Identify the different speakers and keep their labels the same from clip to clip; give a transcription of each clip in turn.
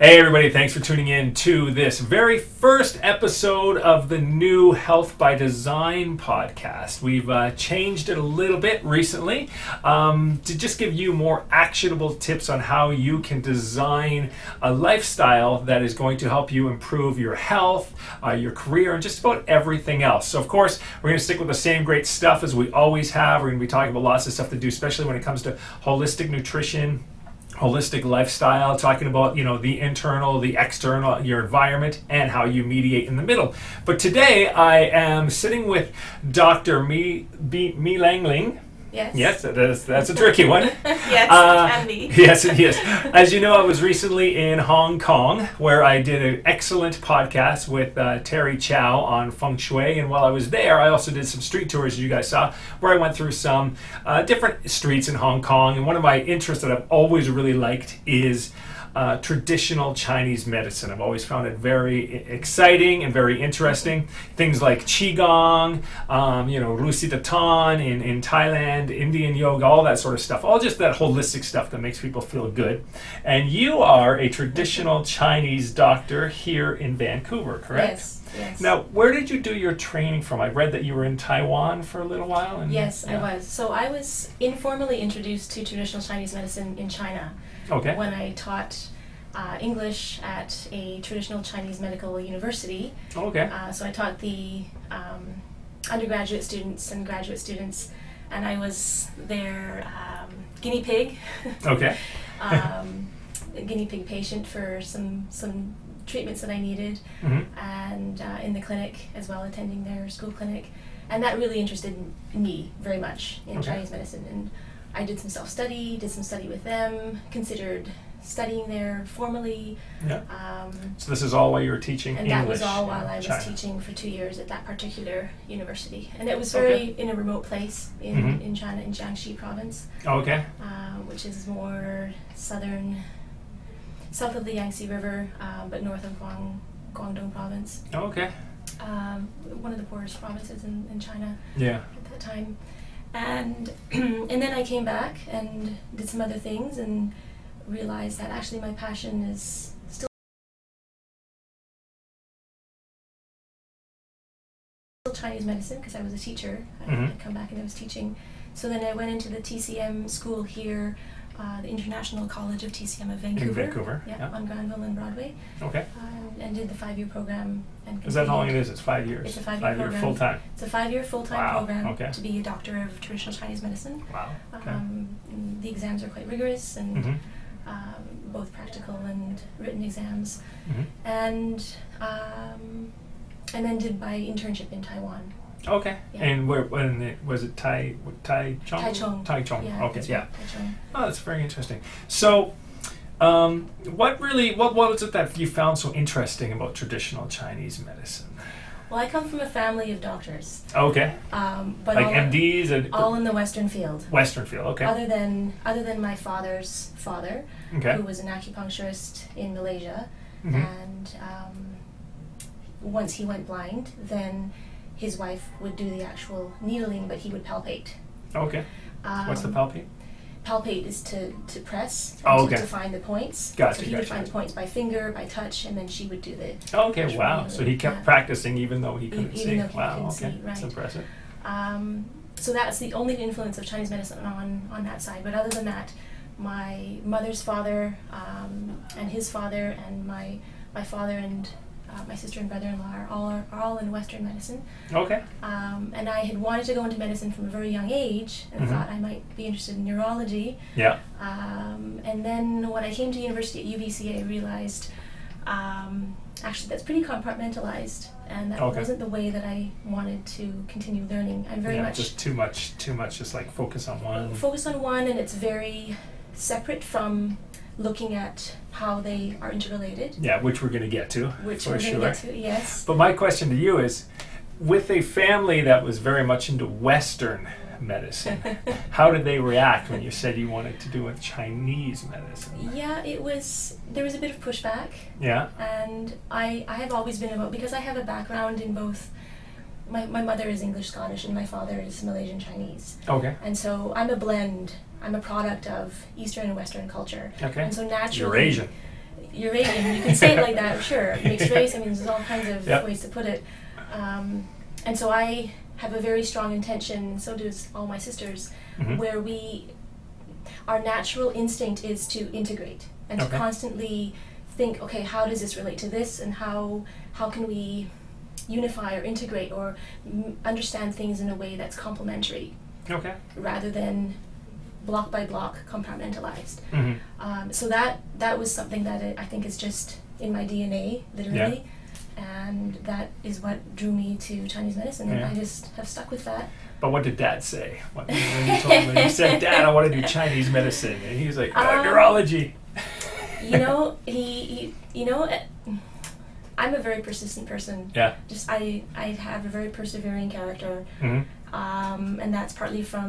Speaker 1: Hey, everybody, thanks for tuning in to this very first episode of the new Health by Design podcast. We've uh, changed it a little bit recently um, to just give you more actionable tips on how you can design a lifestyle that is going to help you improve your health, uh, your career, and just about everything else. So, of course, we're going to stick with the same great stuff as we always have. We're going to be talking about lots of stuff to do, especially when it comes to holistic nutrition holistic lifestyle, talking about you know the internal, the external, your environment, and how you mediate in the middle. But today I am sitting with Dr. Me B, Me Langling.
Speaker 2: Yes.
Speaker 1: Yes, that's, that's a tricky one.
Speaker 2: Yes,
Speaker 1: Uh,
Speaker 2: it can be.
Speaker 1: yes, it is. As you know, I was recently in Hong Kong where I did an excellent podcast with uh, Terry Chow on feng shui. And while I was there, I also did some street tours, as you guys saw, where I went through some uh, different streets in Hong Kong. And one of my interests that I've always really liked is uh, traditional Chinese medicine. I've always found it very i- exciting and very interesting. Things like Qigong, um, you know, Rusi Dattan in, in Thailand, Indian yoga, all that sort of stuff. All just that holistic stuff that makes people feel good. And you are a traditional Chinese doctor here in Vancouver, correct?
Speaker 2: Yes. Yes.
Speaker 1: Now, where did you do your training from? I read that you were in Taiwan for a little while. And
Speaker 2: Yes,
Speaker 1: yeah.
Speaker 2: I was. So I was informally introduced to traditional Chinese medicine in China
Speaker 1: Okay.
Speaker 2: when I taught uh, English at a traditional Chinese medical university.
Speaker 1: Okay.
Speaker 2: Uh, so I taught the um, undergraduate students and graduate students, and I was their um, guinea pig.
Speaker 1: Okay.
Speaker 2: um, a guinea pig patient for some some treatments that I needed,
Speaker 1: Mhm.
Speaker 2: and uh, in the clinic as well, attending their school clinic, and that really interested m- me very much in
Speaker 1: Okay.
Speaker 2: Chinese medicine. And I did some self study, did some study with them, considered studying there formally,
Speaker 1: Yeah.
Speaker 2: um,
Speaker 1: So this is all while you were teaching
Speaker 2: and
Speaker 1: English.
Speaker 2: that was all
Speaker 1: in
Speaker 2: while I was
Speaker 1: China.
Speaker 2: teaching for two years at that particular university. And it was very
Speaker 1: Okay.
Speaker 2: in a remote place in,
Speaker 1: Mhm.
Speaker 2: in China, in Jiangxi province
Speaker 1: Okay.
Speaker 2: uh, which is more southern, south of the Yangtze River, uh, but north of Guang, Guangdong province,
Speaker 1: Oh, Okay.
Speaker 2: um, one of the poorest provinces in, in China
Speaker 1: Yeah.
Speaker 2: at that time. And, and then I came back and did some other things and realized that actually my passion is still Chinese medicine because I was a teacher. I,
Speaker 1: Mhm.
Speaker 2: I come back and I was teaching. So then I went into the TCM school here, uh, the International College of TCM of Vancouver.
Speaker 1: Vancouver,
Speaker 2: Yeah,
Speaker 1: yeah.
Speaker 2: on Granville and Broadway,
Speaker 1: Okay.
Speaker 2: um, and did the five-year program. And
Speaker 1: Is that how long it
Speaker 2: continued.
Speaker 1: is? It's five years.
Speaker 2: It's a five-year
Speaker 1: year
Speaker 2: program.
Speaker 1: full time.
Speaker 2: It's a five-year full-time
Speaker 1: Wow,
Speaker 2: program
Speaker 1: okay.
Speaker 2: to be a doctor of traditional Chinese medicine.
Speaker 1: Wow. Okay.
Speaker 2: Um, the exams are quite rigorous and
Speaker 1: hmm
Speaker 2: um, both practical and written exams,
Speaker 1: hmm
Speaker 2: and um, and then did my internship in Taiwan.
Speaker 1: Okay.
Speaker 2: Yeah.
Speaker 1: And where when it, was it Tai Tai Chong?
Speaker 2: Taichung.
Speaker 1: Tai Chong.
Speaker 2: Yeah,
Speaker 1: okay.
Speaker 2: that's
Speaker 1: Yeah.
Speaker 2: right, Taichung.
Speaker 1: Oh, that's very interesting. So, um, what really what what was it that you found so interesting about traditional Chinese medicine?
Speaker 2: Well, I come from a family of doctors,
Speaker 1: Okay.
Speaker 2: um, but
Speaker 1: like
Speaker 2: all,
Speaker 1: MDs and
Speaker 2: all in the Western field.
Speaker 1: Western field. Okay.
Speaker 2: Other than other than my father's father,
Speaker 1: okay.
Speaker 2: who was an acupuncturist in Malaysia,
Speaker 1: Mhm.
Speaker 2: and um, once he went blind, then his wife would do the actual needling, but he would palpate.
Speaker 1: Okay.
Speaker 2: Um,
Speaker 1: What's the palpate?
Speaker 2: palpate is to, to press and
Speaker 1: Oh,
Speaker 2: to
Speaker 1: okay.
Speaker 2: define the points.
Speaker 1: Gotcha,
Speaker 2: so he
Speaker 1: gotcha.
Speaker 2: defined the points by finger, by touch, and then she would do the.
Speaker 1: Okay. Wow. So he kept
Speaker 2: Yeah. E-
Speaker 1: practicing even though he couldn't
Speaker 2: even
Speaker 1: see.
Speaker 2: though he
Speaker 1: wow.
Speaker 2: couldn't
Speaker 1: okay.
Speaker 2: see, right.
Speaker 1: That's impressive.
Speaker 2: Um, so that's the only influence of Chinese medicine on, on that side. But other than that, my mother's father um, and his father and my my father and uh, my sister and brother-in-law are all are, all in Western medicine.
Speaker 1: Okay.
Speaker 2: Um, and I had wanted to go into medicine from a very young age and
Speaker 1: Mhm.
Speaker 2: thought I might be interested in neurology.
Speaker 1: Yeah.
Speaker 2: Um, and then when I came to university at UBC, I realized um, actually that's pretty compartmentalized, and that
Speaker 1: Okay.
Speaker 2: wasn't the way that I wanted to continue learning. I'm very
Speaker 1: yeah,
Speaker 2: much
Speaker 1: just too much, too much. Just like focus on one.
Speaker 2: focused on one, and it's very separate from looking at how they are interrelated,
Speaker 1: yeah, which we're gonna get to
Speaker 2: which
Speaker 1: for
Speaker 2: we're
Speaker 1: sure.
Speaker 2: going to get to. Yes.
Speaker 1: But my question to you is, with a family that was very much into Western medicine, how did they react when you said you wanted to do a Chinese medicine?
Speaker 2: yeah, it was. There was a bit of pushback.
Speaker 1: Yeah.
Speaker 2: and I, I have always been about because I have a background in both my, my mother is English Scottish and my father is Malaysian Chinese.
Speaker 1: Okay.
Speaker 2: And so I'm a blend. I'm a product of Eastern and Western culture.
Speaker 1: Okay.
Speaker 2: And so naturally
Speaker 1: Eurasian.
Speaker 2: Uranian. You can say it like that, sure. Mixed
Speaker 1: Yeah.
Speaker 2: race. I mean, there's all kinds of
Speaker 1: Yep.
Speaker 2: ways to put it. Um, and so I have a very strong intention. So does all my sisters,
Speaker 1: Mhm.
Speaker 2: where we, our natural instinct is to integrate and
Speaker 1: Okay.
Speaker 2: to constantly think, okay, how does this relate to this, and how how can we unify or integrate or m- understand things in a way that's complementary
Speaker 1: Okay.
Speaker 2: rather than block by block compartmentalized.
Speaker 1: hmm
Speaker 2: Um, so that that was something that I I think is just in my DNA, literally, and that is what drew me to Chinese medicine. And
Speaker 1: Yeah.
Speaker 2: I just have stuck with that.
Speaker 1: But what did Dad say? What, when you told him, when you said, "Dad, I want to do Chinese medicine," and he was like, oh,
Speaker 2: Um,
Speaker 1: "Neurology."
Speaker 2: You know, he, he you know, eh, I'm a very persistent person.
Speaker 1: yeah.
Speaker 2: Just I I have a very persevering character,
Speaker 1: hmm
Speaker 2: um, and that's partly from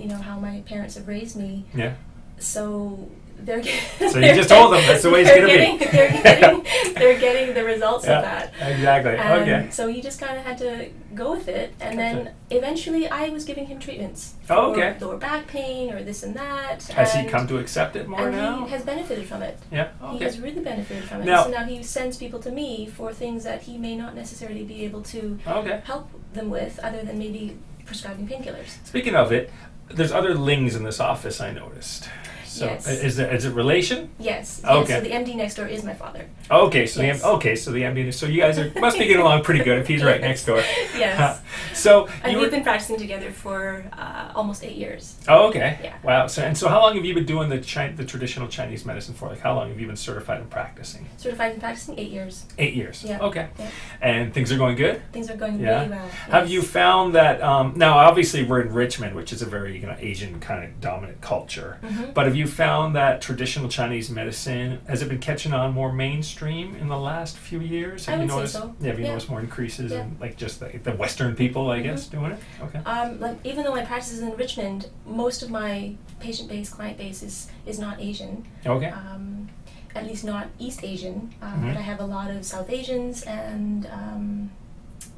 Speaker 2: you know how my parents have raised me.
Speaker 1: Yeah.
Speaker 2: so they're
Speaker 1: So you just told them that's the way it's
Speaker 2: they're
Speaker 1: gonna be.
Speaker 2: getting, They're getting, they're getting the results
Speaker 1: Yeah,
Speaker 2: of that.
Speaker 1: exactly.
Speaker 2: And
Speaker 1: Okay.
Speaker 2: So you just kind of had to go with it,
Speaker 1: Gotcha.
Speaker 2: and then eventually I was giving him treatments.
Speaker 1: Oh,
Speaker 2: for
Speaker 1: okay.
Speaker 2: Lower back pain or this and that.
Speaker 1: Has
Speaker 2: and,
Speaker 1: he come to accept it more
Speaker 2: and
Speaker 1: now?
Speaker 2: he has benefited from it.
Speaker 1: yeah.
Speaker 2: He
Speaker 1: Okay.
Speaker 2: has really benefited from it.
Speaker 1: Now-
Speaker 2: so now he sends people to me for things that he may not necessarily be able to
Speaker 1: Okay.
Speaker 2: help them with, other than maybe prescribing painkillers.
Speaker 1: Speaking of it, there's other lings in this office I noticed. So
Speaker 2: Yes.
Speaker 1: is it is it relation?
Speaker 2: Yes.
Speaker 1: Okay.
Speaker 2: Yes, so the MD next door is my father.
Speaker 1: Okay, so
Speaker 2: Yes.
Speaker 1: the M- okay, so the MD. So you guys are, must be getting along pretty good if he's right next door.
Speaker 2: Yes.
Speaker 1: so
Speaker 2: And
Speaker 1: you
Speaker 2: we've
Speaker 1: were-
Speaker 2: been practicing together for uh, almost eight years.
Speaker 1: Oh, okay.
Speaker 2: Yeah.
Speaker 1: Wow. So and so, how long have you been doing the chi- the traditional Chinese medicine for? Like, how long have you been certified and practicing?
Speaker 2: Certified and practicing eight years.
Speaker 1: Eight years.
Speaker 2: Yeah.
Speaker 1: Okay.
Speaker 2: Yeah.
Speaker 1: And things are going good.
Speaker 2: Things are going
Speaker 1: Yeah.
Speaker 2: really well.
Speaker 1: Have
Speaker 2: yes.
Speaker 1: you found that um, now? Obviously, we're in Richmond, which is a very you know, Asian kind of dominant culture.
Speaker 2: Mhm.
Speaker 1: But have you found that traditional Chinese medicine has it been catching on more mainstream in the last few years?
Speaker 2: I
Speaker 1: Have you
Speaker 2: would say
Speaker 1: noticed?
Speaker 2: so.
Speaker 1: Yeah, have you
Speaker 2: Yeah.
Speaker 1: noticed more increases
Speaker 2: Yeah. Mm-hmm.
Speaker 1: in like just the, the Western people, I guess, doing it? Okay.
Speaker 2: Um, like even though my practice is in Richmond, most of my patient base, client base is is not Asian.
Speaker 1: Okay.
Speaker 2: Um, at least not East Asian. Um,
Speaker 1: Mhm.
Speaker 2: But I have a lot of South Asians and um,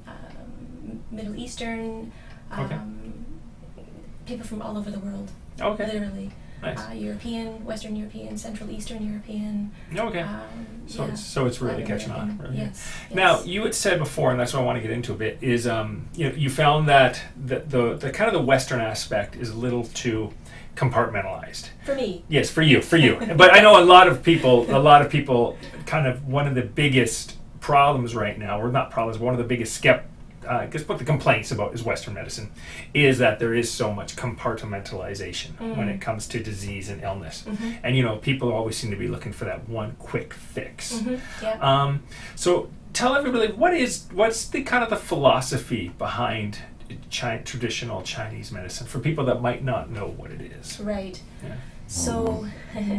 Speaker 2: um, Middle Eastern. Um,
Speaker 1: Okay.
Speaker 2: People from all over the world,
Speaker 1: okay.
Speaker 2: literally.
Speaker 1: Nice.
Speaker 2: Uh, European, Western European, Central Eastern European.
Speaker 1: okay.
Speaker 2: Um,
Speaker 1: so
Speaker 2: yeah.
Speaker 1: it's so it's really
Speaker 2: Latin
Speaker 1: catching on.
Speaker 2: American.
Speaker 1: Really.
Speaker 2: Yes, yes.
Speaker 1: Now, you had said before, and that's what I want to get into a bit, is um, you, know, you found that the, the, the kind of the Western aspect is a little too compartmentalized.
Speaker 2: for me,
Speaker 1: Yes, for you, for you. but I know a lot of people, a lot of people, kind of one of the biggest problems right now, or not problems, one of the biggest skep, uh, I guess what the complaints about is Western medicine, is that there is so much compartmentalization when it comes to disease and illness. And you know, people always seem to be looking for that one quick fix.
Speaker 2: Mhm, yeah.
Speaker 1: Um, so tell everybody what is what's the kind of the philosophy behind chi- traditional Chinese medicine for people that might not know what it is.
Speaker 2: right.
Speaker 1: Yeah.
Speaker 2: So,
Speaker 1: Oh.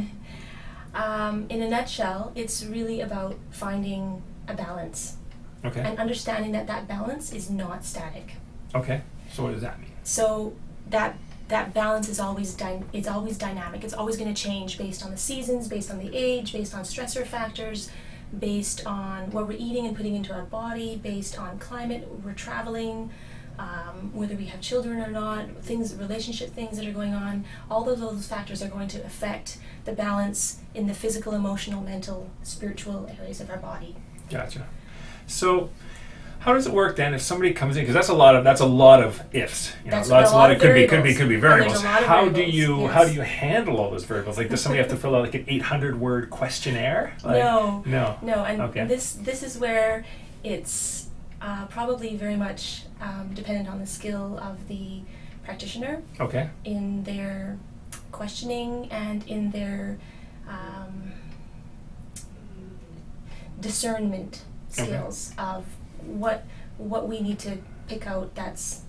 Speaker 2: um, in a nutshell, it's really about finding a balance
Speaker 1: Okay.
Speaker 2: and understanding that that balance is not static.
Speaker 1: Okay. So what does that mean?
Speaker 2: So that that balance is always dy- it's always dynamic. It's always going to change based on the seasons, based on the age, based on stressor factors, based on what we're eating and putting into our body, based on climate, we're traveling, um, whether we have children or not, things relationship things that are going on. All of those factors are going to affect the balance in the physical, emotional, mental, spiritual areas of our body.
Speaker 1: Gotcha. So how does it work then if somebody comes in because that's a lot of that's a lot of ifs you know
Speaker 2: That's
Speaker 1: lots
Speaker 2: a lot
Speaker 1: of
Speaker 2: of
Speaker 1: could be could be
Speaker 2: variables.
Speaker 1: could be
Speaker 2: And there's
Speaker 1: variables
Speaker 2: a lot of
Speaker 1: how do
Speaker 2: variables,
Speaker 1: you how
Speaker 2: yes.
Speaker 1: do you handle all those variables like does somebody have to fill out like an 800 word questionnaire like,
Speaker 2: No.
Speaker 1: no
Speaker 2: No, and
Speaker 1: Okay.
Speaker 2: this this is where it's uh, probably very much um, dependent on the skill of the practitioner
Speaker 1: okay
Speaker 2: in their questioning and in their um, discernment
Speaker 1: Okay.
Speaker 2: skills of what what we need to pick out that's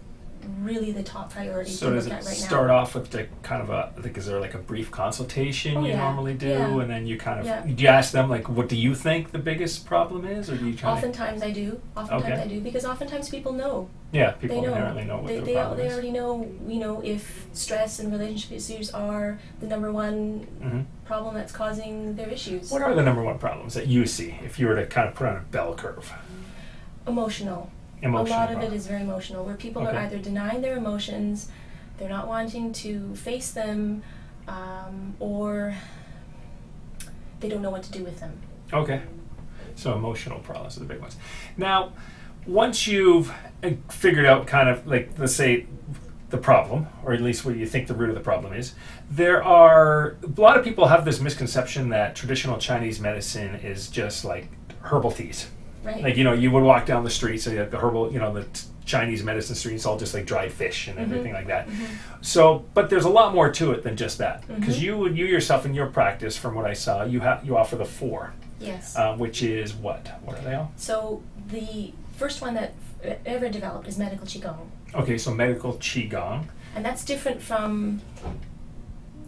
Speaker 2: really the top priority
Speaker 1: So
Speaker 2: to
Speaker 1: does
Speaker 2: look at
Speaker 1: it
Speaker 2: right
Speaker 1: start
Speaker 2: now.
Speaker 1: off with the kind of a like is there like a brief consultation
Speaker 2: Oh,
Speaker 1: you
Speaker 2: yeah.
Speaker 1: normally do
Speaker 2: Yeah.
Speaker 1: and then you kind of
Speaker 2: Yeah.
Speaker 1: do you ask them like what do you think the biggest problem is or do you try to,
Speaker 2: Oftentimes I do. Oftentimes
Speaker 1: Okay.
Speaker 2: I do because oftentimes people know
Speaker 1: yeah people
Speaker 2: they know.
Speaker 1: inherently know what
Speaker 2: they,
Speaker 1: their
Speaker 2: they, al-
Speaker 1: problem
Speaker 2: they
Speaker 1: is
Speaker 2: already know, you know, if stress and relationship issues are the number one
Speaker 1: Mhm.
Speaker 2: problem that's causing their issues.
Speaker 1: What are the number one problems that you see if you were to kind of put on a bell curve?
Speaker 2: Emotional.
Speaker 1: Emotional.
Speaker 2: A lot of it
Speaker 1: problem.
Speaker 2: is very emotional, where people
Speaker 1: Okay.
Speaker 2: are either denying their emotions, they're not wanting to face them, um, or they don't know what to do with them.
Speaker 1: Okay. So emotional problems are the big ones. Now, once you've uh, figured out kind of like let's say the problem, or at least what you think the root of the problem is, there are a lot of people have this misconception that traditional Chinese medicine is just like herbal teas.
Speaker 2: Right.
Speaker 1: Like you know, you would walk down the street, so you have the herbal, you know, the t- Chinese medicine street. It's all just like dried fish and everything like that. So, but there's a lot more to it than just that, because you would you yourself in your practice, from what I saw, you have you offer the four,
Speaker 2: yes.
Speaker 1: uh, which is what? What are they all?
Speaker 2: so the first one that f- ever developed is medical qigong,
Speaker 1: Okay, so medical qigong.
Speaker 2: and that's different from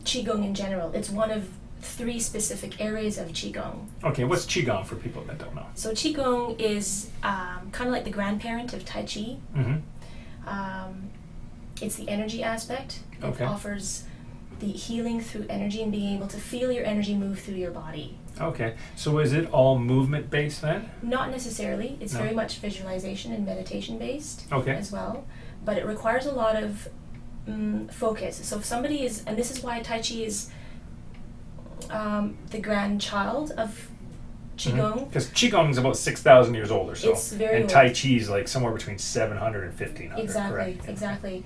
Speaker 2: qigong in general. It's one of three specific areas of qigong.
Speaker 1: Okay, what's qigong for people that don't know?
Speaker 2: So qigong is um, kind of like the grandparent of tai chi.
Speaker 1: Mm-hmm.
Speaker 2: Um, it's the energy aspect.
Speaker 1: Okay.
Speaker 2: It offers the healing through energy and being able to feel your energy move through your body.
Speaker 1: Okay, so is it all movement based then?
Speaker 2: Not necessarily. It's
Speaker 1: No.
Speaker 2: very much visualization and meditation based
Speaker 1: Okay.
Speaker 2: as well, but it requires a lot of mm, focus. So if somebody is, and this is why Tai Chi is um, the grandchild of Qigong.
Speaker 1: Mm-hmm. Because qigong is about six thousand years old or so,
Speaker 2: It's very
Speaker 1: and Tai
Speaker 2: old.
Speaker 1: Chi is like somewhere between 700 and 1500.
Speaker 2: Exactly,
Speaker 1: correct? Yeah.
Speaker 2: exactly.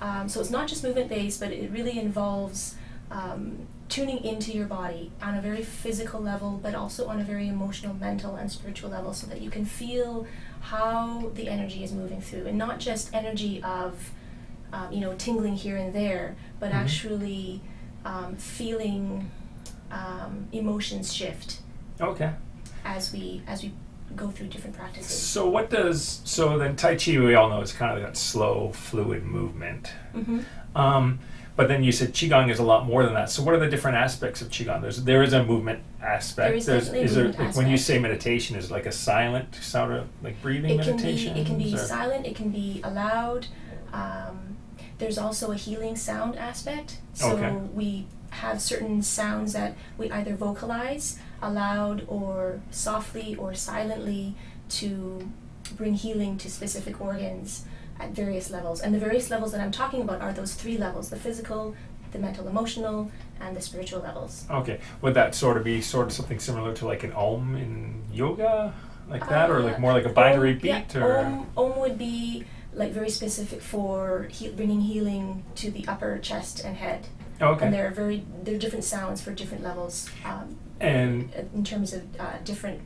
Speaker 2: Um, so it's not just movement based, but it really involves um, tuning into your body on a very physical level, but also on a very emotional, mental, and spiritual level, so that you can feel how the energy is moving through, and not just energy of um, you know tingling here and there, but
Speaker 1: Mhm.
Speaker 2: actually um, feeling um, emotions shift
Speaker 1: Okay.
Speaker 2: as we as we go through different practices.
Speaker 1: So what does so then Tai Chi we all know is kind of that slow, fluid movement.
Speaker 2: Mm-hmm.
Speaker 1: Um, but then you said qigong is a lot more than that. So what are the different aspects of qigong? There's there is a movement aspect.
Speaker 2: There is
Speaker 1: There's
Speaker 2: definitely a
Speaker 1: is there
Speaker 2: movement
Speaker 1: like when you
Speaker 2: aspect.
Speaker 1: say meditation is it like a silent sort of like breathing
Speaker 2: it can
Speaker 1: meditation.
Speaker 2: be it can be
Speaker 1: or-
Speaker 2: silent it can be allowed um, there's also a healing sound aspect so
Speaker 1: Okay.
Speaker 2: we have certain sounds that we either vocalize aloud or softly or silently to bring healing to specific organs at various levels and the various levels that i'm talking about are those three levels the physical the mental emotional and the spiritual levels
Speaker 1: Okay. Would that sort of be sort of something similar to like an om in yoga, like that, or like
Speaker 2: Uh,
Speaker 1: more like a binary
Speaker 2: Om-
Speaker 1: beat,
Speaker 2: yeah,
Speaker 1: or
Speaker 2: Om, Om would be like very specific for he- bringing healing to the upper chest and head.
Speaker 1: Oh, okay,
Speaker 2: And there are very there are different sounds for different levels um,
Speaker 1: and
Speaker 2: in terms of uh, different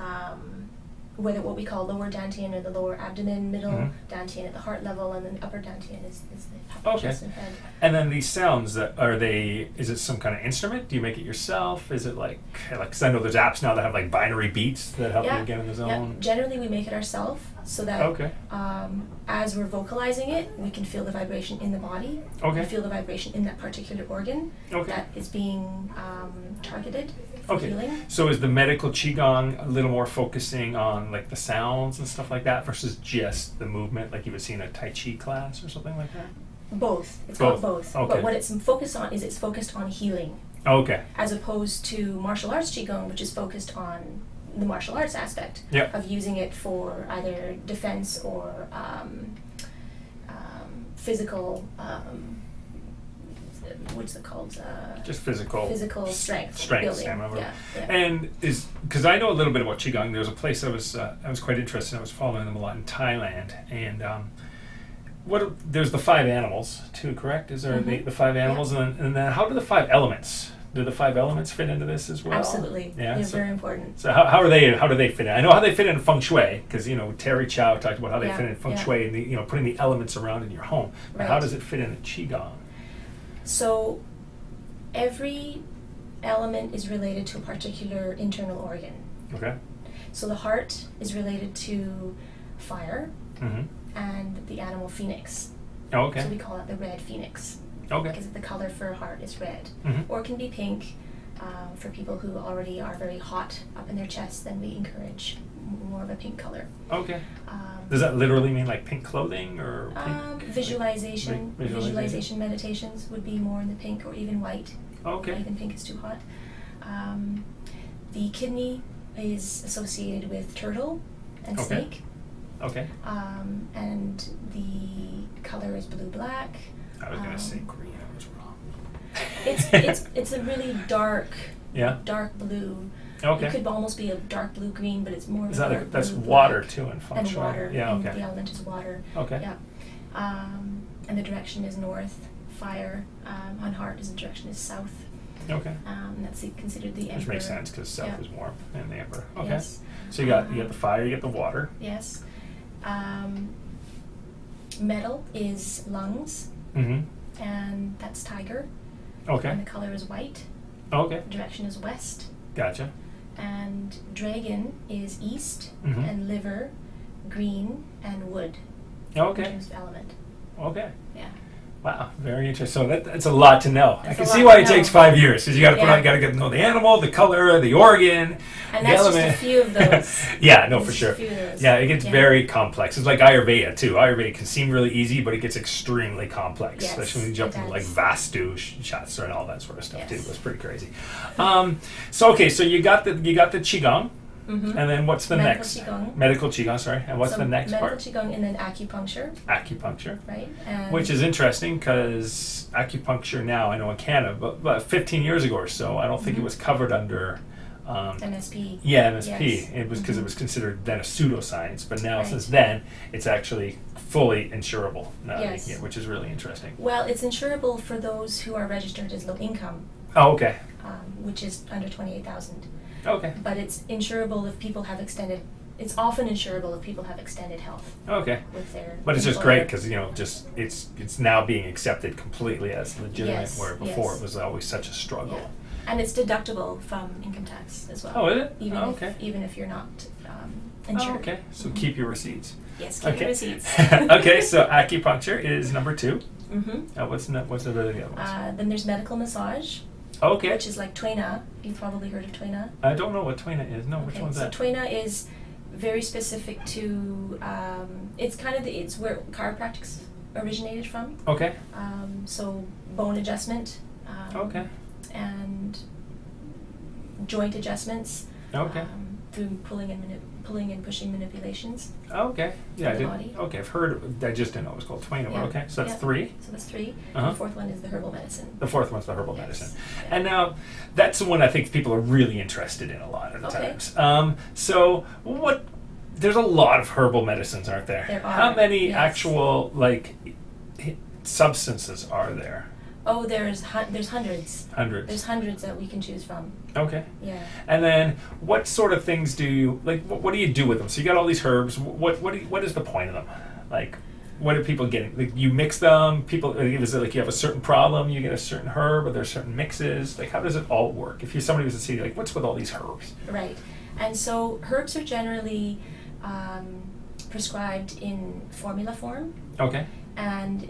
Speaker 2: um, whether what we call lower dantian or the lower abdomen, middle
Speaker 1: Mhm.
Speaker 2: dantian at the heart level, and then upper dantian is, is the upper
Speaker 1: Okay.
Speaker 2: chest and head.
Speaker 1: and then these sounds that are they? Is it some kind of instrument? Do you make it yourself? Is it like like? Because I know there's apps now that have like binary beats that help
Speaker 2: Yeah,
Speaker 1: you get in the
Speaker 2: Yeah,
Speaker 1: zone.
Speaker 2: generally we make it ourselves so that
Speaker 1: Okay.
Speaker 2: um, as we're vocalizing it, we can feel the vibration in the body.
Speaker 1: Okay.
Speaker 2: We feel the vibration in that particular organ
Speaker 1: Okay.
Speaker 2: that is being um, targeted for
Speaker 1: Okay.
Speaker 2: healing.
Speaker 1: So is the medical qigong a little more focusing on like the sounds and stuff like that versus just the movement, like you would see in a tai chi class or something like that?
Speaker 2: Mm-hmm. Both. It's
Speaker 1: Both.
Speaker 2: called both.
Speaker 1: Okay.
Speaker 2: But what it's focused on is it's focused on healing,
Speaker 1: Okay.
Speaker 2: as opposed to martial arts qigong, which is focused on the martial arts aspect
Speaker 1: Yep.
Speaker 2: of using it for either defense or um, um, physical. Um, what's it called? Uh,
Speaker 1: Just physical.
Speaker 2: physical strength.
Speaker 1: strength,
Speaker 2: building.
Speaker 1: stamina, whatever.
Speaker 2: Yeah, yeah.
Speaker 1: And is because I know a little bit about qigong. There was a place I was uh, I was quite interested. in. I was following them a lot in Thailand. And um, what there's the five animals too, correct? Is there the,
Speaker 2: Mhm.
Speaker 1: the five animals, and then, and then how do the five elements? Do the five elements fit into this as well?
Speaker 2: Absolutely.
Speaker 1: Yeah.
Speaker 2: They're
Speaker 1: so-
Speaker 2: very important.
Speaker 1: So how, how are they? How do they fit in? I know how they fit in feng shui because you know Terry Chow talked about how they
Speaker 2: Yeah,
Speaker 1: fit in feng
Speaker 2: yeah.
Speaker 1: shui and the, you know putting the elements around in your home. But how
Speaker 2: Right.
Speaker 1: does it fit in a qigong?
Speaker 2: So every element is related to a particular internal organ.
Speaker 1: Okay.
Speaker 2: So the heart is related to fire
Speaker 1: Mm-hmm.
Speaker 2: and the animal phoenix.
Speaker 1: Oh,
Speaker 2: So we
Speaker 1: okay.
Speaker 2: call it the red phoenix
Speaker 1: Okay.
Speaker 2: because the color for a heart is red.
Speaker 1: Mhm.
Speaker 2: Or it can be pink um, for people who already are very hot up in their chest, then we encourage m- more of a pink color.
Speaker 1: Okay.
Speaker 2: Um,
Speaker 1: Does that literally mean like pink clothing or pink?
Speaker 2: Um, visualization,
Speaker 1: Like visualization?
Speaker 2: visualization meditations would be more in the pink or even white.
Speaker 1: okay.
Speaker 2: Even pink is too hot. Um, the kidney is associated with turtle and
Speaker 1: Okay.
Speaker 2: snake,
Speaker 1: Okay.
Speaker 2: um, and the color is blue black.
Speaker 1: I was gonna
Speaker 2: Um,
Speaker 1: say green. I was wrong.
Speaker 2: It's it's it's a really dark
Speaker 1: Yeah.
Speaker 2: dark blue. It
Speaker 1: Okay.
Speaker 2: could almost be a dark blue green, but it's more. of
Speaker 1: Is
Speaker 2: a
Speaker 1: that a,
Speaker 2: dark
Speaker 1: that's
Speaker 2: blue
Speaker 1: water
Speaker 2: black.
Speaker 1: too in feng
Speaker 2: And
Speaker 1: shui?
Speaker 2: water.
Speaker 1: Yeah.
Speaker 2: and
Speaker 1: Okay.
Speaker 2: The element is water.
Speaker 1: Okay.
Speaker 2: Yeah. Um, and the direction is north. Fire um, on heart is the direction is south.
Speaker 1: Okay.
Speaker 2: Um, that's the, considered the emperor.
Speaker 1: Which makes sense because south
Speaker 2: Yeah.
Speaker 1: is warm and the ember. Okay.
Speaker 2: Yes. Um,
Speaker 1: So you got you got the fire, you got the water.
Speaker 2: Yes. Um, metal is lungs,
Speaker 1: Mm-hmm.
Speaker 2: and that's tiger. And
Speaker 1: Okay.
Speaker 2: the color is white.
Speaker 1: Okay.
Speaker 2: Direction is west.
Speaker 1: Gotcha.
Speaker 2: And dragon is east,
Speaker 1: Mhm.
Speaker 2: and liver, green, and wood. In
Speaker 1: Okay.
Speaker 2: terms of element.
Speaker 1: Okay.
Speaker 2: Yeah.
Speaker 1: Wow, very interesting. So that, that's a lot to know. I
Speaker 2: That's
Speaker 1: can
Speaker 2: a
Speaker 1: see
Speaker 2: lot
Speaker 1: why
Speaker 2: to
Speaker 1: it
Speaker 2: know.
Speaker 1: takes five years because you got to put
Speaker 2: Yeah.
Speaker 1: on, got to get to know the animal, the color, the organ,
Speaker 2: And
Speaker 1: the
Speaker 2: that's just a
Speaker 1: element.
Speaker 2: few of those.
Speaker 1: yeah, no, for
Speaker 2: Just a
Speaker 1: sure.
Speaker 2: few of those.
Speaker 1: Yeah, it gets
Speaker 2: Yeah.
Speaker 1: very complex. It's like Ayurveda too. Ayurveda can seem really easy, but it gets extremely complex,
Speaker 2: Yes,
Speaker 1: especially when you
Speaker 2: it
Speaker 1: jump into like
Speaker 2: does.
Speaker 1: Vastu sh- Shastra and all that sort of stuff
Speaker 2: Yes.
Speaker 1: too. It's pretty crazy. Um, so okay, so you got the you got the qigong,
Speaker 2: Mhm.
Speaker 1: and then what's the
Speaker 2: Medical
Speaker 1: next?
Speaker 2: Qigong.
Speaker 1: Medical qigong. Sorry, and what's
Speaker 2: So
Speaker 1: the next
Speaker 2: medical
Speaker 1: part?
Speaker 2: qigong and then acupuncture,
Speaker 1: Acupuncture.
Speaker 2: right? And
Speaker 1: Which is interesting because acupuncture now, I know in Canada, but, but 15 years ago or so, I don't think
Speaker 2: Mm-hmm.
Speaker 1: it was covered under, um,
Speaker 2: MSP.
Speaker 1: yeah, MSP.
Speaker 2: Yes. Mm-hmm.
Speaker 1: It was because it was considered then a pseudoscience, but now
Speaker 2: Right.
Speaker 1: since then, it's actually fully insurable, now that you
Speaker 2: Yes.
Speaker 1: can get- which is really interesting.
Speaker 2: Well, it's insurable for those who are registered as low income,
Speaker 1: Oh, okay.
Speaker 2: um, which is under twenty-eight thousand.
Speaker 1: Okay.
Speaker 2: But it's insurable if people have extended. It's often insurable if people have extended health
Speaker 1: Okay.
Speaker 2: with their.
Speaker 1: But it's just
Speaker 2: employer.
Speaker 1: great because you know, just it's it's now being accepted completely as legitimate,
Speaker 2: Yes,
Speaker 1: where before
Speaker 2: yes.
Speaker 1: it was always such a struggle.
Speaker 2: Yeah. And it's deductible from income tax as well.
Speaker 1: Oh, is it?
Speaker 2: Even
Speaker 1: Oh,
Speaker 2: if,
Speaker 1: okay.
Speaker 2: even if you're not um,
Speaker 1: Oh,
Speaker 2: insured. Mm-hmm.
Speaker 1: okay. So keep your receipts.
Speaker 2: Yes, keep
Speaker 1: Okay.
Speaker 2: your receipts.
Speaker 1: okay, so acupuncture is number two.
Speaker 2: hmm
Speaker 1: Uh, what's no, what's the other the other ones?
Speaker 2: Uh, then there's medical massage,
Speaker 1: okay,
Speaker 2: which is like Twena. You've probably heard of Twena.
Speaker 1: I don't know what Twina is. No, which
Speaker 2: Okay,
Speaker 1: one's
Speaker 2: so
Speaker 1: that?
Speaker 2: Twena is very specific to. Um, it's kind of the it's where chiropractics originated from.
Speaker 1: okay,
Speaker 2: Um, so bone adjustment. Um,
Speaker 1: okay,
Speaker 2: And joint adjustments.
Speaker 1: okay,
Speaker 2: Um, through pulling and manip- pulling and pushing manipulations.
Speaker 1: okay. Yeah, I
Speaker 2: the
Speaker 1: did.
Speaker 2: body.
Speaker 1: Okay, I've heard. I just didn't know it was called Twina.
Speaker 2: Yeah,
Speaker 1: Okay, so that's
Speaker 2: yeah.
Speaker 1: three.
Speaker 2: So that's 3
Speaker 1: Uh-huh.
Speaker 2: The fourth one is the herbal medicine.
Speaker 1: The fourth one's the herbal
Speaker 2: Yes,
Speaker 1: medicine.
Speaker 2: yeah.
Speaker 1: And now, that's the one I think people are really interested in a lot of the
Speaker 2: Okay.
Speaker 1: times. Um, so what? There's a lot of herbal medicines, aren't there?
Speaker 2: There
Speaker 1: How
Speaker 2: are,
Speaker 1: many
Speaker 2: yes.
Speaker 1: actual like h- substances are there?
Speaker 2: Oh, there's hun- there's hundreds.
Speaker 1: Hundreds.
Speaker 2: There's hundreds that we can choose from.
Speaker 1: okay.
Speaker 2: Yeah.
Speaker 1: And then, what sort of things do you like? What, what do you do with them? So you got all these herbs. wh- What what do you, what is the point of them? Like, what do people get? Like, you mix them. People like, is it like you have a certain problem? You get a certain herb, or there's certain mixes. Like, how does it all work? If you somebody was to see like, what's with all these herbs?
Speaker 2: Right. And so herbs are generally um, prescribed in formula form,
Speaker 1: Okay.
Speaker 2: and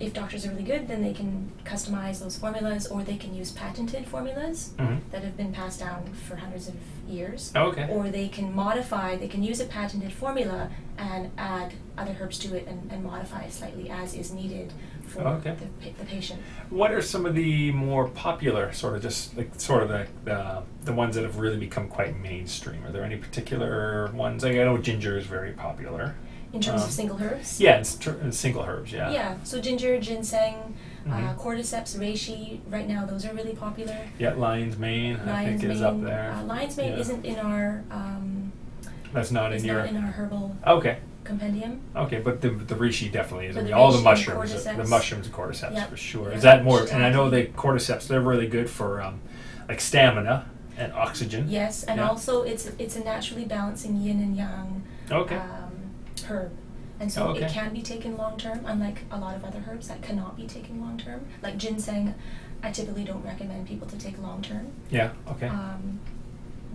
Speaker 2: if doctors are really good, then they can customize those formulas, or they can use patented formulas
Speaker 1: hmm
Speaker 2: that have been passed down for hundreds of years.
Speaker 1: Oh, Okay.
Speaker 2: Or they can modify, they can use a patented formula and add other herbs to it and, and modify it slightly as is needed for
Speaker 1: Oh, Okay.
Speaker 2: the, pa- the patient.
Speaker 1: What are some of the more popular sort of just like sort of the the, the ones that have really become quite mainstream? Are there any particular ones? Like, I know ginger is very popular.
Speaker 2: In terms
Speaker 1: Um,
Speaker 2: of single herbs?
Speaker 1: Yeah, it's tr- single herbs.
Speaker 2: Yeah, so ginger, ginseng, uh,
Speaker 1: Mhm.
Speaker 2: cordyceps, reishi, right now those are really popular.
Speaker 1: Yeah, Lion's Mane, I
Speaker 2: Lion's
Speaker 1: think,
Speaker 2: mane,
Speaker 1: is up there.
Speaker 2: Uh, lion's mane
Speaker 1: Yeah.
Speaker 2: isn't in our, um,
Speaker 1: That's not in
Speaker 2: is
Speaker 1: your.
Speaker 2: not in our herbal
Speaker 1: okay,
Speaker 2: compendium.
Speaker 1: okay, but the, the reishi definitely is. I
Speaker 2: But
Speaker 1: mean,
Speaker 2: the
Speaker 1: all
Speaker 2: reishi
Speaker 1: the
Speaker 2: and
Speaker 1: mushrooms, the
Speaker 2: cordyceps.
Speaker 1: mushrooms and cordyceps
Speaker 2: Yeah.
Speaker 1: for sure. Is
Speaker 2: Yeah.
Speaker 1: that more? And I know the
Speaker 2: Shiitake.
Speaker 1: cordyceps, they're really good for um, like stamina and oxygen.
Speaker 2: Yes, and
Speaker 1: Yeah.
Speaker 2: also it's it's a naturally balancing yin and yang
Speaker 1: Okay.
Speaker 2: um, herb. And so
Speaker 1: Okay.
Speaker 2: it can be taken long term, unlike a lot of other herbs that cannot be taken long term. Like ginseng, I typically don't recommend people to take long term
Speaker 1: yeah. Okay.
Speaker 2: um,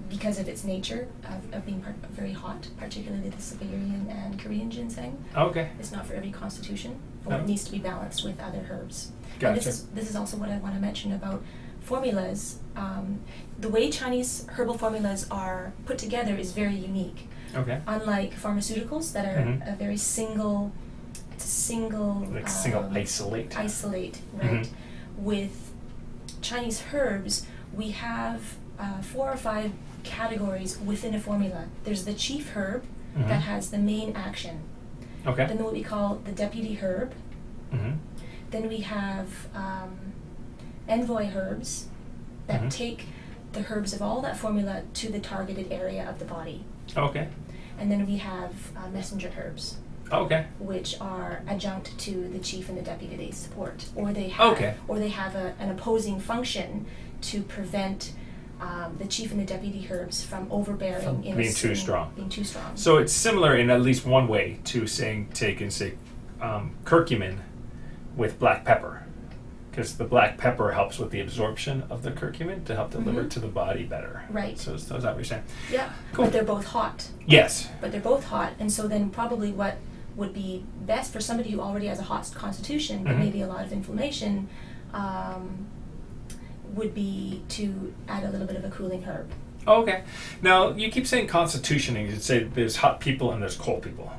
Speaker 2: because of its nature of, of being par- very hot, particularly the Siberian and Korean ginseng.
Speaker 1: okay.
Speaker 2: It's not for every constitution, or
Speaker 1: No.
Speaker 2: it needs to be balanced with other herbs. And this
Speaker 1: Gotcha.
Speaker 2: is this is also what I want to mention about formulas. Um, the way Chinese herbal formulas are put together is very unique.
Speaker 1: Okay.
Speaker 2: Unlike pharmaceuticals that are
Speaker 1: Mhm.
Speaker 2: a very single, it's a single
Speaker 1: Like single
Speaker 2: um,
Speaker 1: isolate.
Speaker 2: isolate, right?
Speaker 1: Mhm.
Speaker 2: With Chinese herbs, we have uh, four or five categories within a formula. There's the chief herb
Speaker 1: Mhm.
Speaker 2: that has the main action.
Speaker 1: okay.
Speaker 2: Then what we call the deputy herb.
Speaker 1: hmm
Speaker 2: Then we have um, envoy herbs that
Speaker 1: Mhm.
Speaker 2: take the herbs of all that formula to the targeted area of the body.
Speaker 1: Okay.
Speaker 2: And then we have uh, messenger herbs,
Speaker 1: Okay.
Speaker 2: which are adjunct to the chief and the deputy they support, or they have,
Speaker 1: Okay.
Speaker 2: or they have a, an opposing function to prevent um, the chief and the deputy herbs from overbearing
Speaker 1: From
Speaker 2: in
Speaker 1: being
Speaker 2: a
Speaker 1: too
Speaker 2: certain-
Speaker 1: strong.
Speaker 2: Being too strong.
Speaker 1: So it's similar in at least one way to saying taking say um, curcumin with black pepper, because the black pepper helps with the absorption of the curcumin to help deliver it
Speaker 2: Mhm.
Speaker 1: to the body better.
Speaker 2: Right.
Speaker 1: So is is that what you're saying?
Speaker 2: yeah,
Speaker 1: Cool.
Speaker 2: but they're both hot.
Speaker 1: Yes.
Speaker 2: but they're both hot, and so then probably what would be best for somebody who already has a hot constitution, but
Speaker 1: Mhm.
Speaker 2: maybe a lot of inflammation, um, would be to add a little bit of a cooling herb.
Speaker 1: Oh, Okay. Now you keep saying constitution, and you say there's hot people and there's cold people.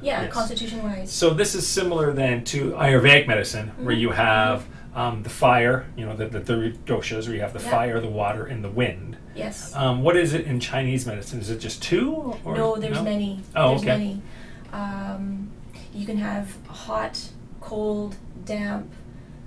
Speaker 2: Yeah,
Speaker 1: Yes.
Speaker 2: constitution wise.
Speaker 1: So this is similar then to Ayurvedic medicine, where
Speaker 2: Mhm.
Speaker 1: you have um, the fire, you know, the, the three doshas, where you have the
Speaker 2: Yeah.
Speaker 1: fire, the water, and the wind.
Speaker 2: Yes.
Speaker 1: Um, what is it in Chinese medicine? Is it just two? Uh, Or
Speaker 2: no, there's many.
Speaker 1: Oh,
Speaker 2: there's
Speaker 1: okay.
Speaker 2: many. Um, you can have hot, cold, damp,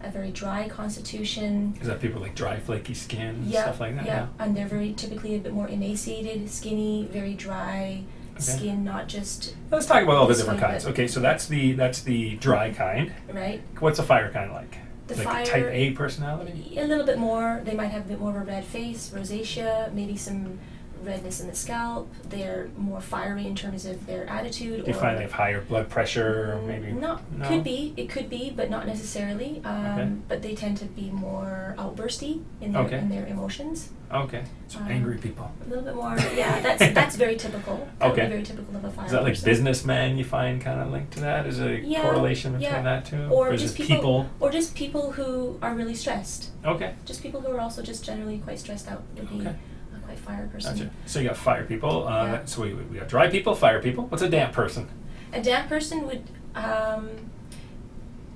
Speaker 2: a very dry constitution.
Speaker 1: Is that people like dry, flaky skin and
Speaker 2: Yeah,
Speaker 1: Mm, stuff like that?
Speaker 2: Yeah, and they're very typically a bit more emaciated, skinny, very dry
Speaker 1: Okay. Oh,
Speaker 2: skin, not just
Speaker 1: Let's talk about all the
Speaker 2: Just
Speaker 1: different
Speaker 2: like
Speaker 1: kinds.
Speaker 2: that.
Speaker 1: Okay, so that's the that's the dry kind.
Speaker 2: right.
Speaker 1: What's a fire kind like?
Speaker 2: The
Speaker 1: like
Speaker 2: fire-
Speaker 1: a type A personality?
Speaker 2: A little bit more. They might have a bit more of a red face, rosacea, maybe some redness in the scalp. They're more fiery in terms of their attitude.
Speaker 1: Do you
Speaker 2: or
Speaker 1: find they have higher blood pressure or maybe
Speaker 2: Not
Speaker 1: no?
Speaker 2: Mm, could be it could be, but not necessarily. Um,
Speaker 1: Okay.
Speaker 2: But they tend to be more outbursty in their
Speaker 1: Okay.
Speaker 2: in their emotions.
Speaker 1: Okay. So
Speaker 2: Um,
Speaker 1: angry people.
Speaker 2: A little bit more. Yeah, that's that's very typical. That would be
Speaker 1: Okay.
Speaker 2: very typical of a fire.
Speaker 1: Is that like
Speaker 2: person.
Speaker 1: businessmen you find kind of linked to that? Is there a
Speaker 2: Yeah,
Speaker 1: correlation between
Speaker 2: yeah.
Speaker 1: that two?
Speaker 2: Or
Speaker 1: is
Speaker 2: just
Speaker 1: it Oh,
Speaker 2: people, or just people who are really stressed.
Speaker 1: Okay,
Speaker 2: Just people who are also just generally quite stressed out would be
Speaker 1: Okay.
Speaker 2: a quite fire person.
Speaker 1: gotcha. So you got fire people. Uh,
Speaker 2: Yeah.
Speaker 1: So we, we got dry people, fire people. What's a damp person?
Speaker 2: A damp person would um,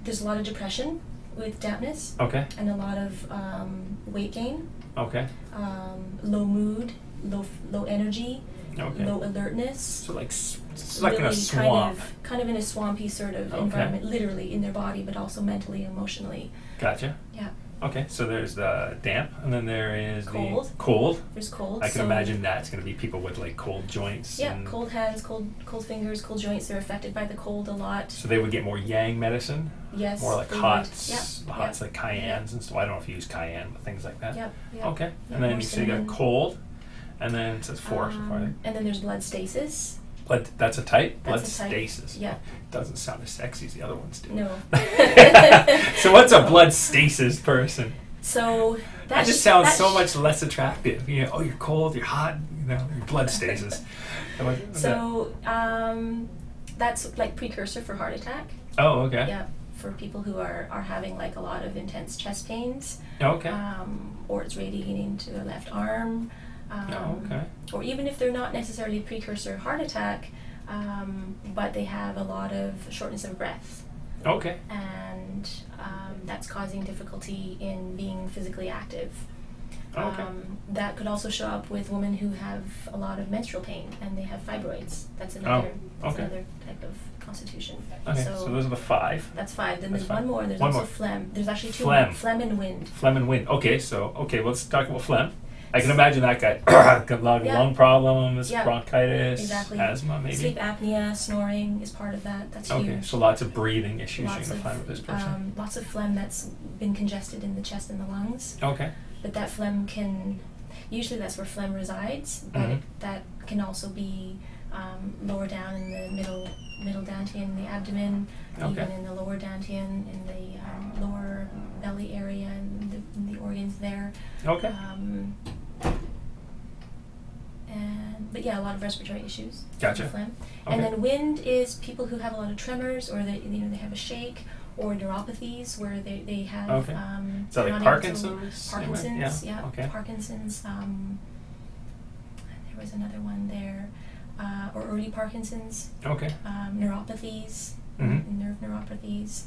Speaker 2: there's a lot of depression with dampness
Speaker 1: Okay,
Speaker 2: and a lot of um, weight gain,
Speaker 1: okay,
Speaker 2: um, low mood, low f- low energy,
Speaker 1: okay.
Speaker 2: low alertness.
Speaker 1: So like s- it's like in a
Speaker 2: really
Speaker 1: swamp.
Speaker 2: kind of kind of in a swampy sort of
Speaker 1: Okay.
Speaker 2: environment, literally in their body, but also mentally, emotionally.
Speaker 1: Gotcha.
Speaker 2: Yeah,
Speaker 1: Okay, so there's the damp, and then there is
Speaker 2: Cold.
Speaker 1: the cold.
Speaker 2: there's cold.
Speaker 1: I can
Speaker 2: so-
Speaker 1: imagine that's going to be people with like cold joints.
Speaker 2: Yeah,
Speaker 1: and-
Speaker 2: cold hands, cold cold fingers, cold joints. They're affected by the cold a lot.
Speaker 1: So they would get more yang medicine,
Speaker 2: Yes.
Speaker 1: more like
Speaker 2: they would.
Speaker 1: hots,
Speaker 2: Yeah.
Speaker 1: hots
Speaker 2: yeah.
Speaker 1: like cayennes and stuff. I don't know if you use cayenne, but things like that.
Speaker 2: Yeah, yeah.
Speaker 1: Okay,
Speaker 2: Yeah,
Speaker 1: and then
Speaker 2: more
Speaker 1: you say you got
Speaker 2: cinnamon.
Speaker 1: cold, and then it says four. so
Speaker 2: Um,
Speaker 1: far.
Speaker 2: and then there's blood stasis.
Speaker 1: Blood, that's a type. Blood
Speaker 2: That's a type.
Speaker 1: stasis.
Speaker 2: Yeah.
Speaker 1: Doesn't sound as sexy as the other ones do.
Speaker 2: No.
Speaker 1: so what's a blood stasis person?
Speaker 2: So
Speaker 1: That,
Speaker 2: that
Speaker 1: just
Speaker 2: sh-
Speaker 1: sounds
Speaker 2: that
Speaker 1: so
Speaker 2: sh-
Speaker 1: much less attractive. You know, oh, you're cold, you're hot, you know, your blood stasis. And what- what's that?
Speaker 2: So um, that's like precursor for heart attack.
Speaker 1: Oh, okay.
Speaker 2: Yeah. For people who are, are having like a lot of intense chest pains,
Speaker 1: Oh, Okay.
Speaker 2: um, or it's radiating to their left arm. Um,
Speaker 1: oh, okay.
Speaker 2: or even if they're not necessarily precursor heart attack, um, but they have a lot of shortness of breath,
Speaker 1: Okay.
Speaker 2: and um, that's causing difficulty in being physically active.
Speaker 1: Oh, Okay.
Speaker 2: Um, that could also show up with women who have a lot of menstrual pain and they have fibroids. That's another, that's
Speaker 1: Oh, okay.
Speaker 2: another type of constitution.
Speaker 1: okay. So,
Speaker 2: So,
Speaker 1: those are the five.
Speaker 2: that's five. Then
Speaker 1: that's
Speaker 2: there's
Speaker 1: five.
Speaker 2: one more. and There's
Speaker 1: One
Speaker 2: also
Speaker 1: more.
Speaker 2: phlegm. There's actually two.
Speaker 1: Phlegm.
Speaker 2: more, Phlegm and wind.
Speaker 1: Phlegm and wind. Okay. So okay, let's talk about phlegm. I can imagine that guy got a lot of
Speaker 2: Yeah.
Speaker 1: lung problems,
Speaker 2: Yeah.
Speaker 1: bronchitis,
Speaker 2: Exactly.
Speaker 1: asthma, maybe.
Speaker 2: Sleep apnea, snoring is part of that. That's
Speaker 1: Okay,
Speaker 2: huge.
Speaker 1: so lots of breathing issues
Speaker 2: lots
Speaker 1: you're gonna
Speaker 2: of,
Speaker 1: find with this person.
Speaker 2: Um, lots of phlegm that's been congested in the chest and the lungs,
Speaker 1: okay.
Speaker 2: but that phlegm can usually that's where phlegm resides, but
Speaker 1: Mhm.
Speaker 2: it, that can also be um, lower down in the middle middle dantian, the abdomen, even
Speaker 1: Okay.
Speaker 2: in the lower dantian, in the um, lower belly area, and the, in the organs there.
Speaker 1: Okay.
Speaker 2: Um, and but yeah, a lot of respiratory issues. with
Speaker 1: Gotcha.
Speaker 2: Phlegm.
Speaker 1: Okay.
Speaker 2: And then wind is people who have a lot of tremors or they you know they have a shake or neuropathies where they, they have
Speaker 1: Okay.
Speaker 2: um
Speaker 1: Is that
Speaker 2: they're
Speaker 1: like
Speaker 2: not able to-
Speaker 1: Parkinson's? Yeah, right.
Speaker 2: Parkinson's,
Speaker 1: Yeah,
Speaker 2: yeah.
Speaker 1: okay.
Speaker 2: Parkinson's, um there was another one there. Uh, or early Parkinson's,
Speaker 1: Okay.
Speaker 2: um, neuropathies,
Speaker 1: Mhm.
Speaker 2: nerve neuropathies.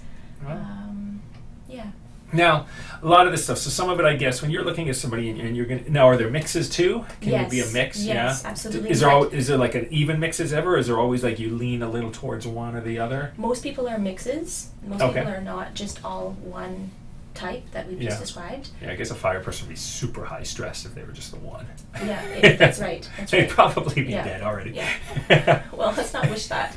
Speaker 1: Well.
Speaker 2: Um, yeah.
Speaker 1: Now, a lot of this stuff. So some of it, I guess, when you're looking at somebody and, and you're gonna now, are there mixes too? Can you be a
Speaker 2: Yes,
Speaker 1: mix?
Speaker 2: yes,
Speaker 1: yeah.
Speaker 2: absolutely.
Speaker 1: Is there al-
Speaker 2: Like-
Speaker 1: is there like an even mixes ever? Or is there always like you lean a little towards one or the other?
Speaker 2: Most people are mixes. Most
Speaker 1: Okay.
Speaker 2: people are not just all one type that we've just
Speaker 1: Yeah.
Speaker 2: described.
Speaker 1: Yeah, I guess a fire person would be super high stress if they were just the one.
Speaker 2: Yeah, it- that's right, that's
Speaker 1: They'd
Speaker 2: right.
Speaker 1: probably be
Speaker 2: Yeah,
Speaker 1: dead already.
Speaker 2: Well, let's not wish that.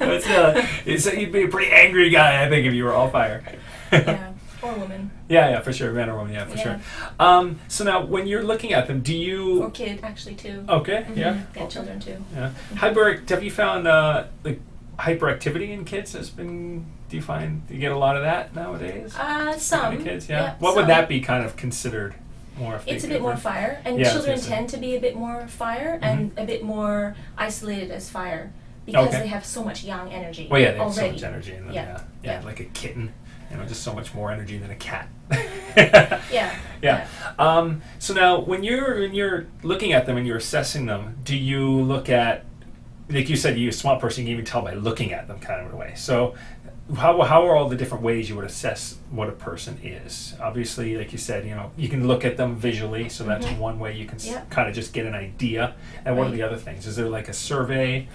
Speaker 1: no, it's, uh, it's, you'd be a pretty angry guy, I think, if you were all fire.
Speaker 2: yeah, or woman,
Speaker 1: Yeah, yeah, for sure, man or woman, yeah, for
Speaker 2: Yeah.
Speaker 1: sure. Um, so now, when you're looking at them, do you?
Speaker 2: or kid actually too.
Speaker 1: Okay, yeah,
Speaker 2: Yeah, children too.
Speaker 1: yeah. Hyper. Have you found uh, like hyperactivity in kids has been? Do you find do you get a lot of that nowadays?
Speaker 2: Uh,
Speaker 1: Speaking
Speaker 2: some.
Speaker 1: of kids, yeah. what would
Speaker 2: some.
Speaker 1: that be kind of considered more? If they
Speaker 2: It's a
Speaker 1: could
Speaker 2: bit more
Speaker 1: work-
Speaker 2: fire, and
Speaker 1: Yeah, I was
Speaker 2: children
Speaker 1: gonna say. Mm-hmm.
Speaker 2: tend to be a bit more fire and a bit more isolated as fire because
Speaker 1: Okay.
Speaker 2: they have so much young energy.
Speaker 1: Well, yeah, they have
Speaker 2: already.
Speaker 1: so much energy in them. Yeah.
Speaker 2: Yeah,
Speaker 1: Yeah,
Speaker 2: yeah.
Speaker 1: like a kitten, you know, just so much more energy than a cat.
Speaker 2: Yeah,
Speaker 1: Yeah. Um, so now, when you're when you're looking at them and you're assessing them, do you look at, like you said, you a swamp person, you can even tell by looking at them, kind of a way. So, how how are all the different ways you would assess what a person is? Obviously, like you said, you know, you can look at them visually, so that's
Speaker 2: Mhm.
Speaker 1: one way you can
Speaker 2: Yep.
Speaker 1: kind of just get an idea. And what are
Speaker 2: Right.
Speaker 1: the other things? Is there like a survey?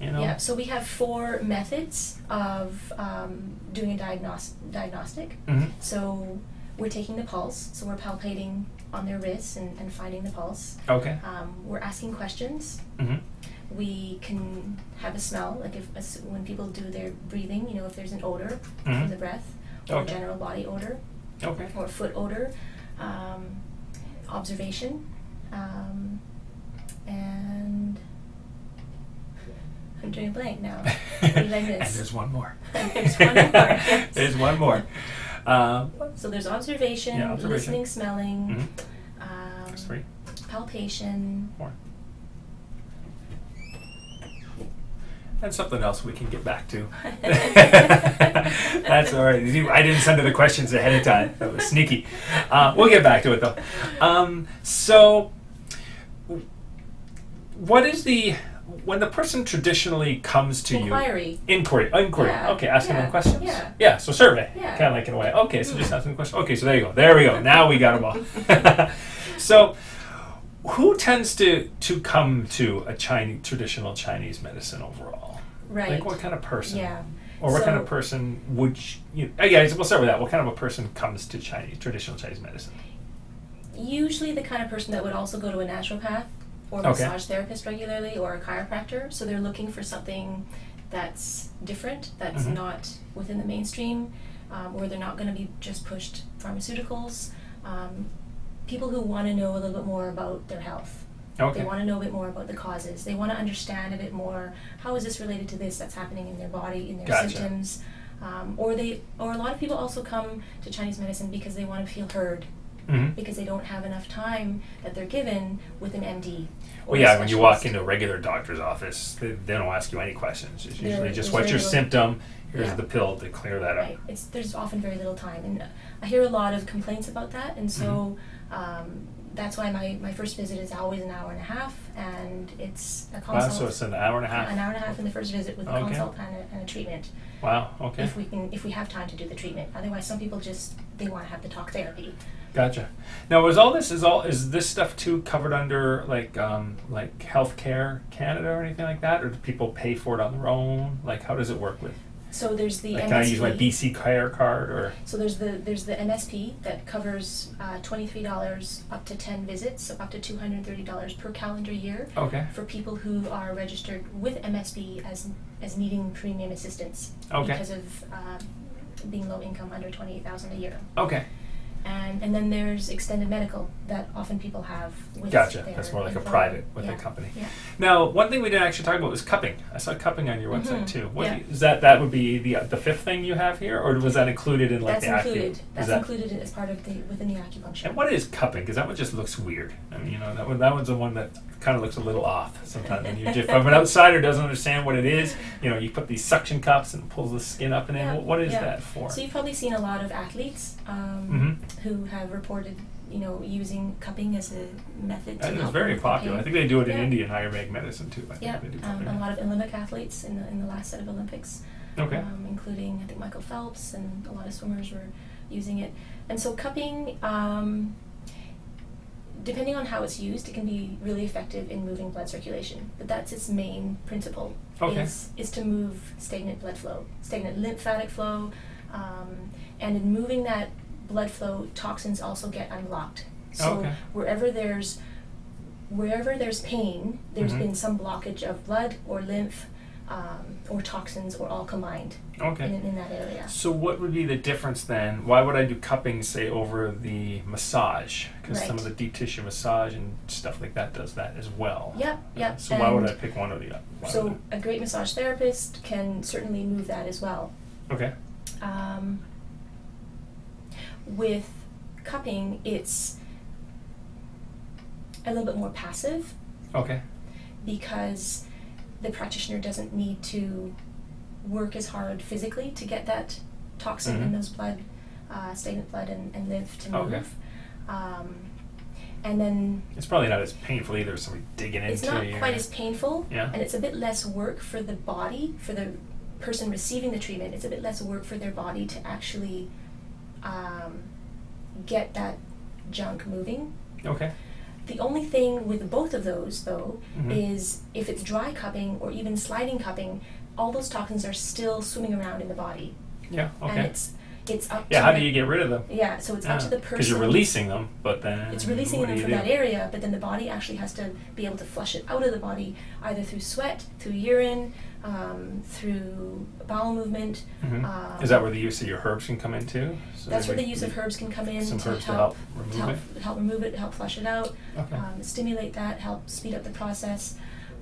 Speaker 1: You know.
Speaker 2: Yeah, so we have four methods of um, doing a diagnos- diagnostic.
Speaker 1: Mhm.
Speaker 2: So we're taking the pulse, so we're palpating on their wrists and, and finding the pulse.
Speaker 1: Okay.
Speaker 2: Um, we're asking questions.
Speaker 1: hmm
Speaker 2: We can have a smell, like if as- when people do their breathing, you know, if there's an odor
Speaker 1: Mhm.
Speaker 2: from the breath, or
Speaker 1: Okay.
Speaker 2: general body odor,
Speaker 1: Okay.
Speaker 2: or foot odor, um, observation, um, and I'm doing a blank now.
Speaker 1: and
Speaker 2: Like this.
Speaker 1: there's one more.
Speaker 2: And there's one more, yes.
Speaker 1: There's one more. Um,
Speaker 2: So there's observation,
Speaker 1: Yeah, observation.
Speaker 2: listening, smelling,
Speaker 1: mhm.
Speaker 2: um,
Speaker 1: There's three.
Speaker 2: palpation.
Speaker 1: More. That's something else we can get back to. That's all right. You- I didn't send her the questions ahead of time. That was sneaky. Uh, we'll get back to it though. Um, so, w- what is the when the person traditionally comes to
Speaker 2: Inquiry.
Speaker 1: you? Inquiry. Inquiry.
Speaker 2: Yeah,
Speaker 1: Okay, asking
Speaker 2: yeah,
Speaker 1: them questions.
Speaker 2: yeah.
Speaker 1: So survey.
Speaker 2: Yeah.
Speaker 1: Kind of like in a way. Okay. So just asking questions. Okay. So there you go. There we go. Now we got them all. so who tends to to come to a Chinese traditional Chinese medicine overall?
Speaker 2: Right.
Speaker 1: Like what kind of person?
Speaker 2: Yeah.
Speaker 1: Or what kind of
Speaker 2: So-
Speaker 1: person would sh- you? Oh yeah, we'll start with that. What kind of a person comes to Chinese traditional Chinese medicine?
Speaker 2: Usually the kind of person that would also go to a naturopath or
Speaker 1: Okay.
Speaker 2: massage therapist regularly or a chiropractor. So they're looking for something that's different, that's
Speaker 1: Mhm.
Speaker 2: not within the mainstream, um, or they're not going to be just pushed pharmaceuticals. Um, people who want to know a little bit more about their health.
Speaker 1: Okay.
Speaker 2: They want to know a bit more about the causes. They want to understand a bit more how is this related to this that's happening in their body, in their
Speaker 1: Gotcha.
Speaker 2: symptoms. Um, or they, or a lot of people also come to Chinese medicine because they want to feel heard,
Speaker 1: Mhm.
Speaker 2: because they don't have enough time that they're given with an MD. or
Speaker 1: Well,
Speaker 2: a
Speaker 1: yeah. When you walk
Speaker 2: specialist.
Speaker 1: into a regular doctor's office, they, they don't ask you any questions. It's
Speaker 2: They're-
Speaker 1: usually just
Speaker 2: it's
Speaker 1: what's your
Speaker 2: regular-
Speaker 1: symptom. Here's
Speaker 2: Yeah.
Speaker 1: the pill to clear that up.
Speaker 2: Right. It's there's often very little time, and I hear a lot of complaints about that, and so
Speaker 1: Mm-hmm.
Speaker 2: um, that's why my, my first visit is always an hour and a half, and it's a
Speaker 1: Wow.
Speaker 2: consult.
Speaker 1: So it's an hour and a half.
Speaker 2: an hour and a half in the first visit with a
Speaker 1: Okay.
Speaker 2: consult and a, and a treatment.
Speaker 1: Wow. Okay.
Speaker 2: if we can if we have time to do the treatment otherwise some people just they want to have the talk therapy
Speaker 1: Gotcha. Now, is all this is all is this stuff too covered under like um, like Healthcare Canada or anything like that, or do people pay for it on their own? Like, how does it work with?
Speaker 2: so there's the
Speaker 1: Like,
Speaker 2: MSP,
Speaker 1: can I use my BC Care card or?
Speaker 2: so there's the there's the MSP that covers uh, $23 up to 10 visits so up to $230 per calendar year
Speaker 1: Okay.
Speaker 2: for people who are registered with MSP as as needing premium assistance
Speaker 1: Okay.
Speaker 2: because of uh, being low income under 28000 a year
Speaker 1: Okay.
Speaker 2: and and then there's extended medical that often people have with
Speaker 1: Gotcha.
Speaker 2: their
Speaker 1: That's more like a
Speaker 2: employer.
Speaker 1: private with
Speaker 2: yeah.
Speaker 1: a company.
Speaker 2: yeah
Speaker 1: Now, one thing we didn't actually talk about was cupping. I saw cupping on your website
Speaker 2: Mhm.
Speaker 1: too. What
Speaker 2: Yeah.
Speaker 1: is that? That would be the the fifth thing you have here, or was that included in like
Speaker 2: That's
Speaker 1: the acu-
Speaker 2: included.
Speaker 1: is
Speaker 2: That's
Speaker 1: that-
Speaker 2: included as part of the within the acupuncture.
Speaker 1: And what is cupping? Because that one just looks weird. I mean, you know, that one, that one's the one that kind of looks a little off sometimes. And you just, if an outsider doesn't understand what it is, you know, you put these suction cups and it pulls the skin up and in.
Speaker 2: Yeah,
Speaker 1: What- What is
Speaker 2: yeah.
Speaker 1: that for? Mm-hmm.
Speaker 2: So you've probably seen a lot of athletes um, who have reported, you know, using cupping as a method to
Speaker 1: And it's
Speaker 2: help
Speaker 1: very
Speaker 2: with the
Speaker 1: popular. I
Speaker 2: pain.
Speaker 1: think they do it in
Speaker 2: Yeah.
Speaker 1: India in Ayurvedic medicine too. I think
Speaker 2: Yeah,
Speaker 1: they do
Speaker 2: um,
Speaker 1: cupping.
Speaker 2: a lot of Olympic athletes in the in the last set of Olympics,
Speaker 1: okay.
Speaker 2: um, including I think Michael Phelps and a lot of swimmers were using it. And so cupping, um, depending on how it's used, it can be really effective in moving blood circulation. But that's its main principle.
Speaker 1: Okay.
Speaker 2: Is, is to move stagnant blood flow, stagnant lymphatic flow, um, and in moving that blood flow, toxins also get unblocked. So
Speaker 1: Okay.
Speaker 2: wherever there's wherever there's pain, there's
Speaker 1: Mhm.
Speaker 2: been some blockage of blood or lymph um, or toxins or all combined
Speaker 1: Okay.
Speaker 2: in, in that area.
Speaker 1: So what would be the difference then? Why would I do cupping, say, over the massage? Because some of the
Speaker 2: Right.
Speaker 1: deep tissue massage and stuff like that does that as well.
Speaker 2: Yep, yep.
Speaker 1: So why would
Speaker 2: and
Speaker 1: I pick one or the other? Why
Speaker 2: So
Speaker 1: would
Speaker 2: a great massage therapist can certainly move that as well.
Speaker 1: I- okay.
Speaker 2: Um, with cupping, it's a little bit more passive
Speaker 1: Okay.
Speaker 2: because the practitioner doesn't need to work as hard physically to get that toxin
Speaker 1: Mhm.
Speaker 2: and those blood, uh, stagnant blood and, and lymph to move.
Speaker 1: Okay.
Speaker 2: Um, and then
Speaker 1: It's probably not as painful either. Somebody digging
Speaker 2: it's
Speaker 1: into
Speaker 2: not
Speaker 1: you.
Speaker 2: quite as painful
Speaker 1: Yeah.
Speaker 2: and it's a bit less work for the body for the person receiving the treatment it's a bit less work for their body to actually um, get that junk moving
Speaker 1: Okay.
Speaker 2: the only thing with both of those though
Speaker 1: Mhm.
Speaker 2: is if it's dry cupping or even sliding cupping all those toxins are still swimming around in the body
Speaker 1: Yeah.
Speaker 2: and
Speaker 1: Okay.
Speaker 2: it's it's up
Speaker 1: Yeah.
Speaker 2: to
Speaker 1: How
Speaker 2: the-
Speaker 1: do you get rid of them?
Speaker 2: yeah so it's up to the person
Speaker 1: Because you're releasing them, but then
Speaker 2: it's releasing
Speaker 1: what
Speaker 2: them
Speaker 1: do you
Speaker 2: from
Speaker 1: do?
Speaker 2: that area, but then the body actually has to be able to flush it out of the body, either through sweat, through urine, um, through bowel movement.
Speaker 1: Mhm.
Speaker 2: Um,
Speaker 1: Is that where the use of your herbs can come in too? So
Speaker 2: that's
Speaker 1: they
Speaker 2: where the
Speaker 1: would-
Speaker 2: use of herbs can come in
Speaker 1: some
Speaker 2: to,
Speaker 1: herbs to help
Speaker 2: help,
Speaker 1: remove
Speaker 2: to help, help remove it, help flush it out,
Speaker 1: Okay.
Speaker 2: um, stimulate that, help speed up the process.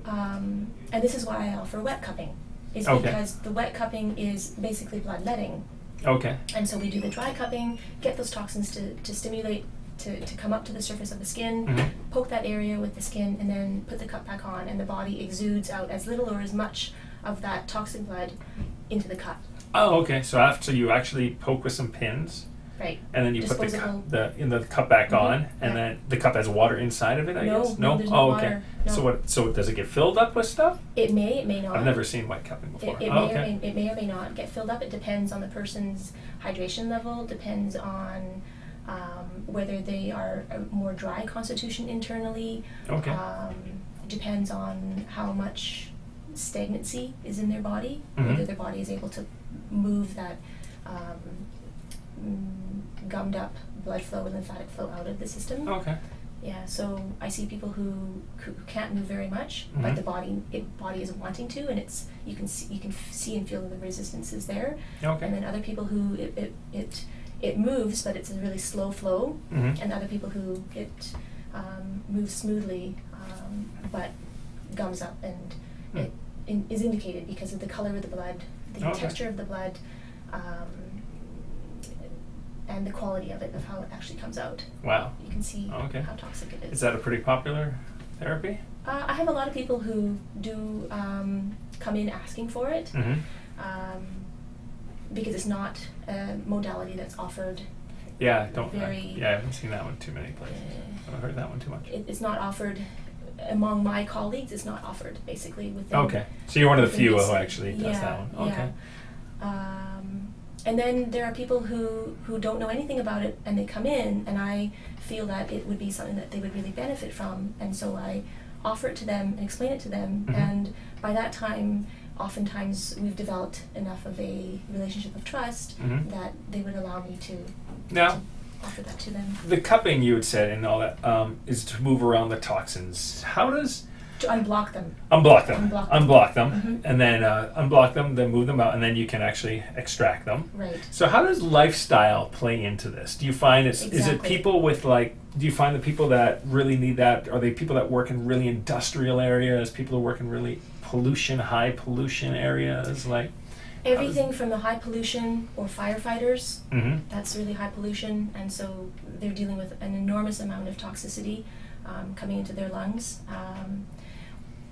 Speaker 2: Um, and this is why I offer wet cupping, is
Speaker 1: Okay.
Speaker 2: because the wet cupping is basically bloodletting.
Speaker 1: Okay.
Speaker 2: And so we do the dry cupping, get those toxins to, to stimulate, to, to come up to the surface of the skin,
Speaker 1: Mhm.
Speaker 2: poke that area with the skin, and then put the cup back on, and the body exudes out as little or as much of that toxic blood into the cup.
Speaker 1: Oh, okay. So after you actually poke with some pins,
Speaker 2: Right.
Speaker 1: and then you put the,
Speaker 2: Disposable.
Speaker 1: cup, the in the cup back
Speaker 2: Mhm.
Speaker 1: on, and
Speaker 2: Yeah.
Speaker 1: then the cup has water inside of it. I
Speaker 2: No,
Speaker 1: guess
Speaker 2: no,
Speaker 1: no.
Speaker 2: there's
Speaker 1: oh,
Speaker 2: no
Speaker 1: okay.
Speaker 2: water. No.
Speaker 1: So what? So does it get filled up with stuff?
Speaker 2: It may, it may not.
Speaker 1: I've never seen white cupping before.
Speaker 2: It, it,
Speaker 1: oh,
Speaker 2: may
Speaker 1: okay.
Speaker 2: or may, it may or may not get filled up. It depends on the person's hydration level, depends on um, whether they are a more dry constitution internally,
Speaker 1: okay.
Speaker 2: Um, depends on how much stagnancy is in their body, whether
Speaker 1: Mhm.
Speaker 2: their body is able to move that um, mm, gummed up blood flow and lymphatic flow out of the system.
Speaker 1: okay.
Speaker 2: Yeah, so I see people who, who can't move very much, but
Speaker 1: Mhm.
Speaker 2: the body it body is wanting to, and it's you can see, you can f- see and feel the resistance is there. And
Speaker 1: Okay.
Speaker 2: then other people who it it, it it moves, but it's a really slow flow,
Speaker 1: Mhm.
Speaker 2: and other people who it um, moves smoothly um, but gums up and it in, is indicated because of the color of the blood, the
Speaker 1: Hmm. Okay.
Speaker 2: texture of the blood, um, and the quality of it, of how it actually comes out.
Speaker 1: Wow.
Speaker 2: You can see
Speaker 1: Oh, Okay.
Speaker 2: how toxic it is.
Speaker 1: Is that a pretty popular therapy?
Speaker 2: uh, I have a lot of people who do um, come in asking for it
Speaker 1: Mm-hmm.
Speaker 2: um, because it's not a modality that's offered
Speaker 1: Yeah, I don't. I-
Speaker 2: Very-
Speaker 1: yeah, I haven't seen that one too many places.
Speaker 2: Uh,
Speaker 1: I haven't heard that one too much.
Speaker 2: it, it's not offered among my colleagues. It's not offered basically within.
Speaker 1: Okay, so you're one of the
Speaker 2: within
Speaker 1: few
Speaker 2: this-
Speaker 1: who actually does
Speaker 2: yeah,
Speaker 1: that one. Okay.
Speaker 2: Yeah. Um, and then there are people who who don't know anything about it, and they come in, and I feel that it would be something that they would really benefit from, and so I offer it to them and explain it to them,
Speaker 1: Mhm.
Speaker 2: and by that time. Oftentimes, we've developed enough of a relationship of trust
Speaker 1: Mhm.
Speaker 2: that they would allow me to
Speaker 1: Now,
Speaker 2: offer that to them
Speaker 1: the cupping you had said and all that um, is to move around the toxins. How does
Speaker 2: to unblock them.
Speaker 1: unblock them,
Speaker 2: Unblock them.
Speaker 1: unblock them,
Speaker 2: Mhm.
Speaker 1: and then uh, unblock them, then move them out, and then you can actually extract them.
Speaker 2: Right.
Speaker 1: So how does lifestyle play into this? Do you find it's is it
Speaker 2: Exactly.
Speaker 1: people with like do you find the people that really need that are they people that work in really industrial areas, people who work in really pollution high pollution areas like
Speaker 2: Everything from the high pollution or firefighters,
Speaker 1: Mhm.
Speaker 2: that's really high pollution, and so they're dealing with an enormous amount of toxicity um, coming into their lungs. Um,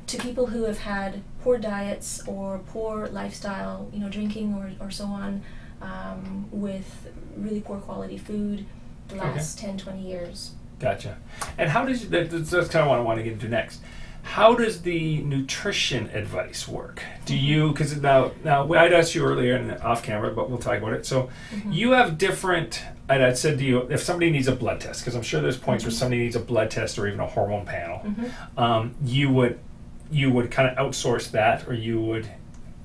Speaker 2: to people who have had poor diets or poor lifestyle, you know, drinking or, or so on, um, with really poor quality food the
Speaker 1: Okay.
Speaker 2: last ten, twenty 10, 20 years.
Speaker 1: Gotcha. And how does that, that's, that's kind of what I want to get into next. How does the nutrition advice work? Do you because now now I'd asked you earlier and off camera, but we'll talk about it. So you have different. And I said to you, if somebody needs a blood test, because I'm sure there's points where somebody needs a blood test or even a hormone Mm-hmm. panel, um, you would you would kind of outsource that, or you would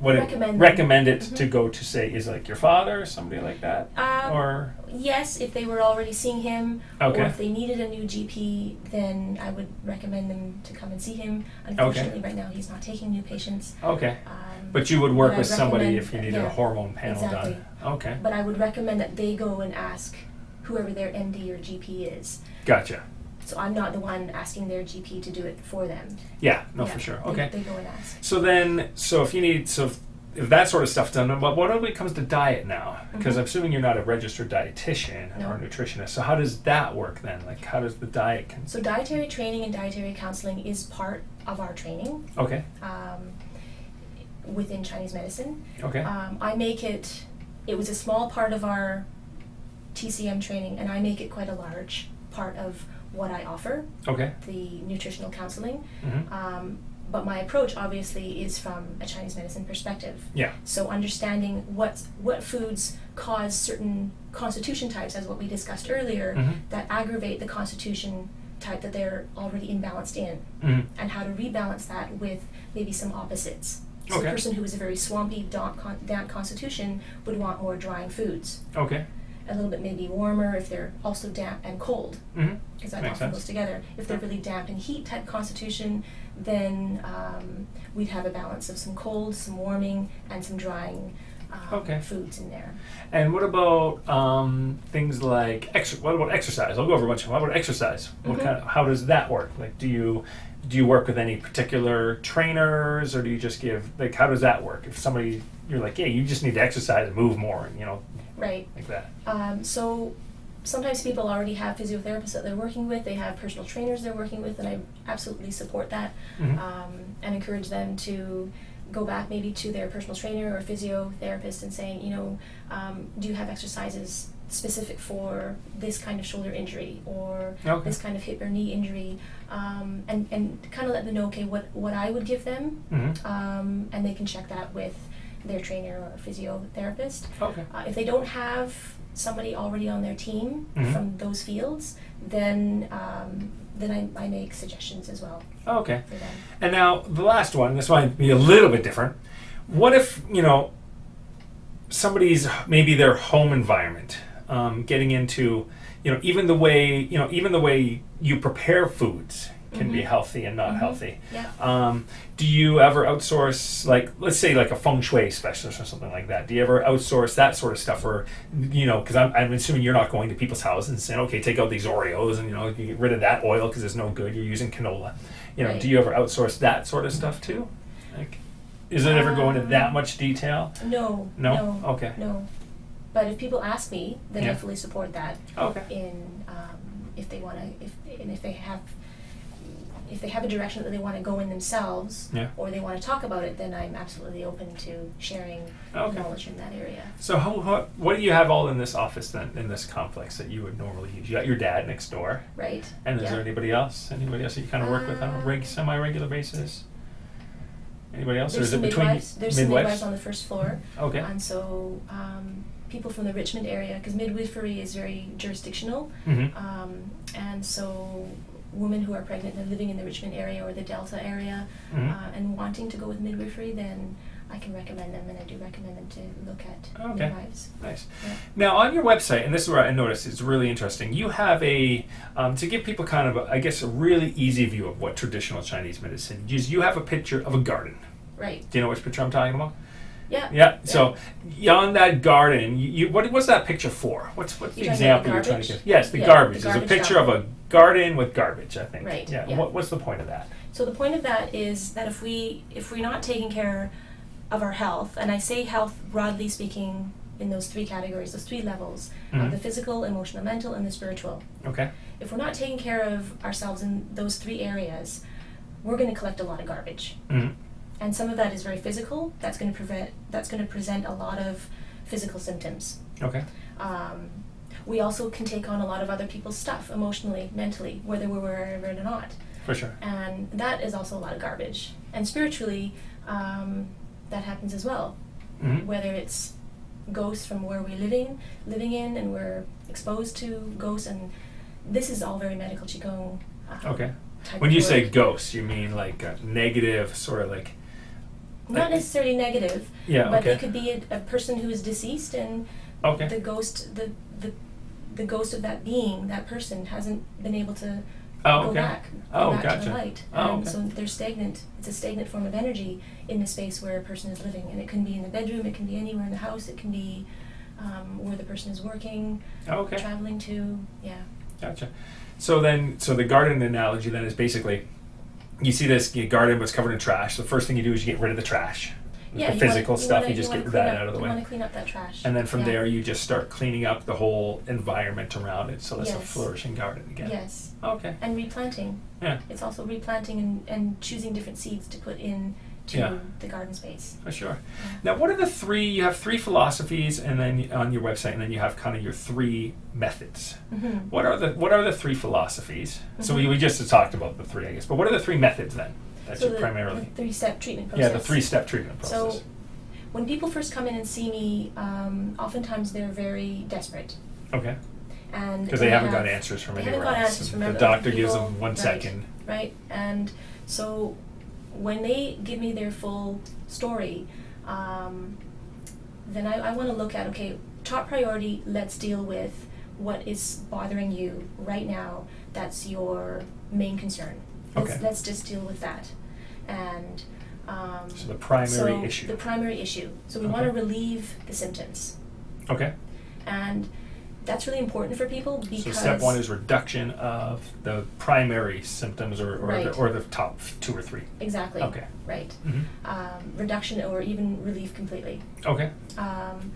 Speaker 1: what
Speaker 2: Recommend
Speaker 1: it,
Speaker 2: them.
Speaker 1: recommend it
Speaker 2: Mhm.
Speaker 1: to go to say is like your father or somebody like that
Speaker 2: Um,
Speaker 1: or
Speaker 2: yes, if they were already seeing him,
Speaker 1: Okay.
Speaker 2: or if they needed a new GP, then I would recommend them to come and see him. Unfortunately, right now he's not taking new patients.
Speaker 1: okay.
Speaker 2: Um,
Speaker 1: But you would work
Speaker 2: I'd
Speaker 1: with somebody
Speaker 2: recommend-
Speaker 1: if you needed a
Speaker 2: yeah,
Speaker 1: hormone panel
Speaker 2: exactly.
Speaker 1: done. Okay,
Speaker 2: but I would recommend that they go and ask whoever their MD or GP is.
Speaker 1: gotcha.
Speaker 2: So I'm not the one asking their GP to do it for them.
Speaker 1: Yeah, no,
Speaker 2: Yeah,
Speaker 1: for sure.
Speaker 2: they-
Speaker 1: Okay.
Speaker 2: They go and ask.
Speaker 1: So then, so if you need, so if, if that sort of stuff's done, but what when it comes to diet now? Because
Speaker 2: Mhm.
Speaker 1: I'm assuming you're not a registered dietitian
Speaker 2: No.
Speaker 1: or nutritionist. So how does that work then? Like, how does the diet? Con-
Speaker 2: So dietary training and dietary counseling is part of our training
Speaker 1: okay,
Speaker 2: um, within Chinese medicine.
Speaker 1: okay,
Speaker 2: um, I make it. It was a small part of our TCM training, and I make it quite a large part of what I offer
Speaker 1: okay,
Speaker 2: the nutritional counseling.
Speaker 1: hmm
Speaker 2: Um, but my approach, obviously, is from a Chinese medicine perspective.
Speaker 1: yeah,
Speaker 2: So understanding what what foods cause certain constitution types, as what we discussed earlier,
Speaker 1: Mhm.
Speaker 2: that aggravate the constitution type that they're already imbalanced in
Speaker 1: hmm
Speaker 2: and how to rebalance that with maybe some opposites. So
Speaker 1: Okay.
Speaker 2: a person who is a very swampy, damp, con- damp constitution would want more drying foods,
Speaker 1: okay,
Speaker 2: a little bit maybe warmer if they're also damp and cold,
Speaker 1: hmm
Speaker 2: because that
Speaker 1: Makes
Speaker 2: often
Speaker 1: sense.
Speaker 2: goes together. If they're really damp and heat type constitution, then um, we'd have a balance of some cold, some warming, and some drying um,
Speaker 1: Okay.
Speaker 2: foods in there.
Speaker 1: And what about um, things like ex- what about exercise? I'll go over a bunch of. What about exercise? What
Speaker 2: Mhm.
Speaker 1: kind of, how does that work? Like, do you do you work with any particular trainers, or do you just give like how does that work? If somebody you're like, yeah, you just need to exercise and move more, and you know,
Speaker 2: Right.
Speaker 1: like that.
Speaker 2: Um, so sometimes people already have physiotherapists that they're working with, they have personal trainers they're working with, and I absolutely support that
Speaker 1: Mhm.
Speaker 2: um, and encourage them to go back maybe to their personal trainer or physiotherapist and saying, you know, um, do you have exercises specific for this kind of shoulder injury or
Speaker 1: Okay.
Speaker 2: this kind of hip or knee injury? Um, and, and kind of let them know, okay, what, what I would give them,
Speaker 1: Mm-hmm.
Speaker 2: um, and they can check that with their trainer or physiotherapist.
Speaker 1: Okay.
Speaker 2: Uh, if they don't have somebody already on their team
Speaker 1: Mhm.
Speaker 2: from those fields, then um, then I, I make suggestions as well
Speaker 1: Okay.
Speaker 2: for them.
Speaker 1: And now the last one. This might be a little bit different. What if you know somebody's maybe their home environment, um, getting into you know even the way you know even the way you prepare foods can be
Speaker 2: Mhm.
Speaker 1: healthy and not
Speaker 2: Mhm.
Speaker 1: healthy.
Speaker 2: Yeah.
Speaker 1: Um, do you ever outsource like let's say like a feng shui specialist or something like that? Do you ever outsource that sort of stuff, or you know, because I'm, I'm assuming you're not going to people's houses and saying, okay, take out these Oreos and you know, you get rid of that oil because it's no good. You're using canola. You know,
Speaker 2: Right.
Speaker 1: do you ever outsource that sort of stuff too? Like, is it ever going into that
Speaker 2: Um,
Speaker 1: much detail?
Speaker 2: No.
Speaker 1: No? Okay.
Speaker 2: No. But if people ask me, then
Speaker 1: Yeah.
Speaker 2: I fully support that.
Speaker 1: Okay.
Speaker 2: In um, if they want to, if and if they have, if they have a direction that they want to go in themselves,
Speaker 1: Yeah.
Speaker 2: or they want to talk about it, then I'm absolutely open to sharing
Speaker 1: Okay.
Speaker 2: knowledge in that area.
Speaker 1: So how, how, what do you have all in this office then, in this complex that you would normally use? You got your dad next door,
Speaker 2: Right.
Speaker 1: and is
Speaker 2: Yeah.
Speaker 1: there anybody else? Anybody else that you kind of work with on a reg-
Speaker 2: Uh,
Speaker 1: semi-regular basis? Anybody else, or
Speaker 2: There's
Speaker 1: is it
Speaker 2: some
Speaker 1: between
Speaker 2: midwives. There's some midwives on the first floor.
Speaker 1: Okay.
Speaker 2: And so um, people from the Richmond area, because midwifery is very jurisdictional,
Speaker 1: Mhm.
Speaker 2: um, and so women who are pregnant and living in the Richmond area or the Delta area
Speaker 1: Mhm.
Speaker 2: uh, and wanting to go with midwifery, then I can recommend them, and I do recommend them to look at
Speaker 1: Okay.
Speaker 2: midwives.
Speaker 1: Nice.
Speaker 2: Yeah.
Speaker 1: Now, on your website, and this is where I noticed it's really interesting, you have a, um, to give people kind of, a, I guess, a really easy view of what traditional Chinese medicine is, you have a picture of a garden.
Speaker 2: Right.
Speaker 1: Do you know which picture I'm talking about?
Speaker 2: Yeah.
Speaker 1: Yeah. So, on that garden, you, you what, what's that picture for? What's, what's the
Speaker 2: You're talking about
Speaker 1: example
Speaker 2: the
Speaker 1: you're trying to
Speaker 2: garbage?
Speaker 1: give? Yes, the
Speaker 2: Yeah, the
Speaker 1: garbage. There's a
Speaker 2: garbage
Speaker 1: picture
Speaker 2: dump.
Speaker 1: of a garden with garbage, I think.
Speaker 2: Right,
Speaker 1: Yeah.
Speaker 2: yeah.
Speaker 1: What, what's the point of that?
Speaker 2: So the point of that is that if we if we're not taking care of our health, and I say health broadly speaking in those three categories, those three levels
Speaker 1: Mhm.
Speaker 2: of the physical, emotional, mental, and the spiritual.
Speaker 1: Okay.
Speaker 2: If we're not taking care of ourselves in those three areas, we're going to collect a lot of garbage,
Speaker 1: Mm.
Speaker 2: and some of that is very physical. That's going to prevent that's going to present a lot of physical symptoms.
Speaker 1: Okay.
Speaker 2: Um, we also can take on a lot of other people's stuff emotionally, mentally, whether we're aware of it or not
Speaker 1: For sure.
Speaker 2: and that is also a lot of garbage. And spiritually, um, that happens as well.
Speaker 1: Mhm.
Speaker 2: Whether it's ghosts from where we're living, living in, and we're exposed to ghosts, and this is all very medical qigong. um,
Speaker 1: Okay.
Speaker 2: type
Speaker 1: When
Speaker 2: of
Speaker 1: you say
Speaker 2: work.
Speaker 1: ghost, you mean like a negative, sort of like
Speaker 2: not necessarily negative,
Speaker 1: Yeah,
Speaker 2: but
Speaker 1: okay.
Speaker 2: it could be a, a person who is deceased and
Speaker 1: Okay.
Speaker 2: the ghost, the, the the ghost of that being, that person hasn't been able to
Speaker 1: Oh,
Speaker 2: go
Speaker 1: okay.
Speaker 2: back, go
Speaker 1: Oh,
Speaker 2: back to
Speaker 1: gotcha.
Speaker 2: the light.
Speaker 1: Oh,
Speaker 2: Um,
Speaker 1: okay.
Speaker 2: So they're stagnant. It's a stagnant form of energy in the space where a person is living, and it can be in the bedroom, it can be anywhere in the house, it can be um, where the person is working,
Speaker 1: Oh, okay.
Speaker 2: traveling to. Yeah.
Speaker 1: Gotcha. So then, so the garden analogy then is basically, you see this your garden was covered in trash. The first thing you do is you get rid of the trash,
Speaker 2: Yeah,
Speaker 1: the
Speaker 2: you
Speaker 1: physical
Speaker 2: wanna, you
Speaker 1: stuff.
Speaker 2: wanna-
Speaker 1: you just
Speaker 2: wanna
Speaker 1: get
Speaker 2: clean
Speaker 1: that
Speaker 2: up-
Speaker 1: out of the
Speaker 2: You want
Speaker 1: way,
Speaker 2: to clean up that trash.
Speaker 1: and then from
Speaker 2: Yeah.
Speaker 1: there you just start cleaning up the whole environment around it. So that's a
Speaker 2: Yes.
Speaker 1: flourishing garden again.
Speaker 2: Yes,
Speaker 1: Oh, Okay.
Speaker 2: and replanting.
Speaker 1: Yeah.
Speaker 2: It's also replanting and, and choosing different seeds to put in to
Speaker 1: Yeah.
Speaker 2: the garden space.
Speaker 1: For sure. Now, what are the three? You have three philosophies, and then on your website, and then you have kind of your three methods.
Speaker 2: Mhm.
Speaker 1: What are the What are the three philosophies? So we, we just talked about the three, I guess. But what are the three methods then? That
Speaker 2: Mm-hmm. so
Speaker 1: you
Speaker 2: the,
Speaker 1: primarily.
Speaker 2: the three-step treatment process.
Speaker 1: yeah, the three step treatment process.
Speaker 2: So, when people first come in and see me, um, oftentimes they're very desperate,
Speaker 1: okay.
Speaker 2: and
Speaker 1: Because they
Speaker 2: have-
Speaker 1: haven't got answers from
Speaker 2: they
Speaker 1: anywhere
Speaker 2: haven't got
Speaker 1: else. and
Speaker 2: answers from
Speaker 1: the
Speaker 2: other
Speaker 1: doctor gives
Speaker 2: people.
Speaker 1: them one
Speaker 2: Right.
Speaker 1: second.
Speaker 2: right? And so when they give me their full story, um, then I, I want to look at okay, top priority, let's deal with what is bothering you right now. That's your main concern. Let's,
Speaker 1: Okay.
Speaker 2: let's just deal with that. And um,
Speaker 1: So the primary
Speaker 2: so
Speaker 1: issue.
Speaker 2: The primary issue. So we
Speaker 1: Okay.
Speaker 2: want to relieve the symptoms.
Speaker 1: okay.
Speaker 2: And that's really important for people because.
Speaker 1: So step one is reduction of the primary symptoms or, or, the,
Speaker 2: Right.
Speaker 1: or the top f- two or 3
Speaker 2: Exactly.
Speaker 1: Okay.
Speaker 2: Right.
Speaker 1: Mhm.
Speaker 2: um, reduction or even relief completely.
Speaker 1: Okay.
Speaker 2: Um,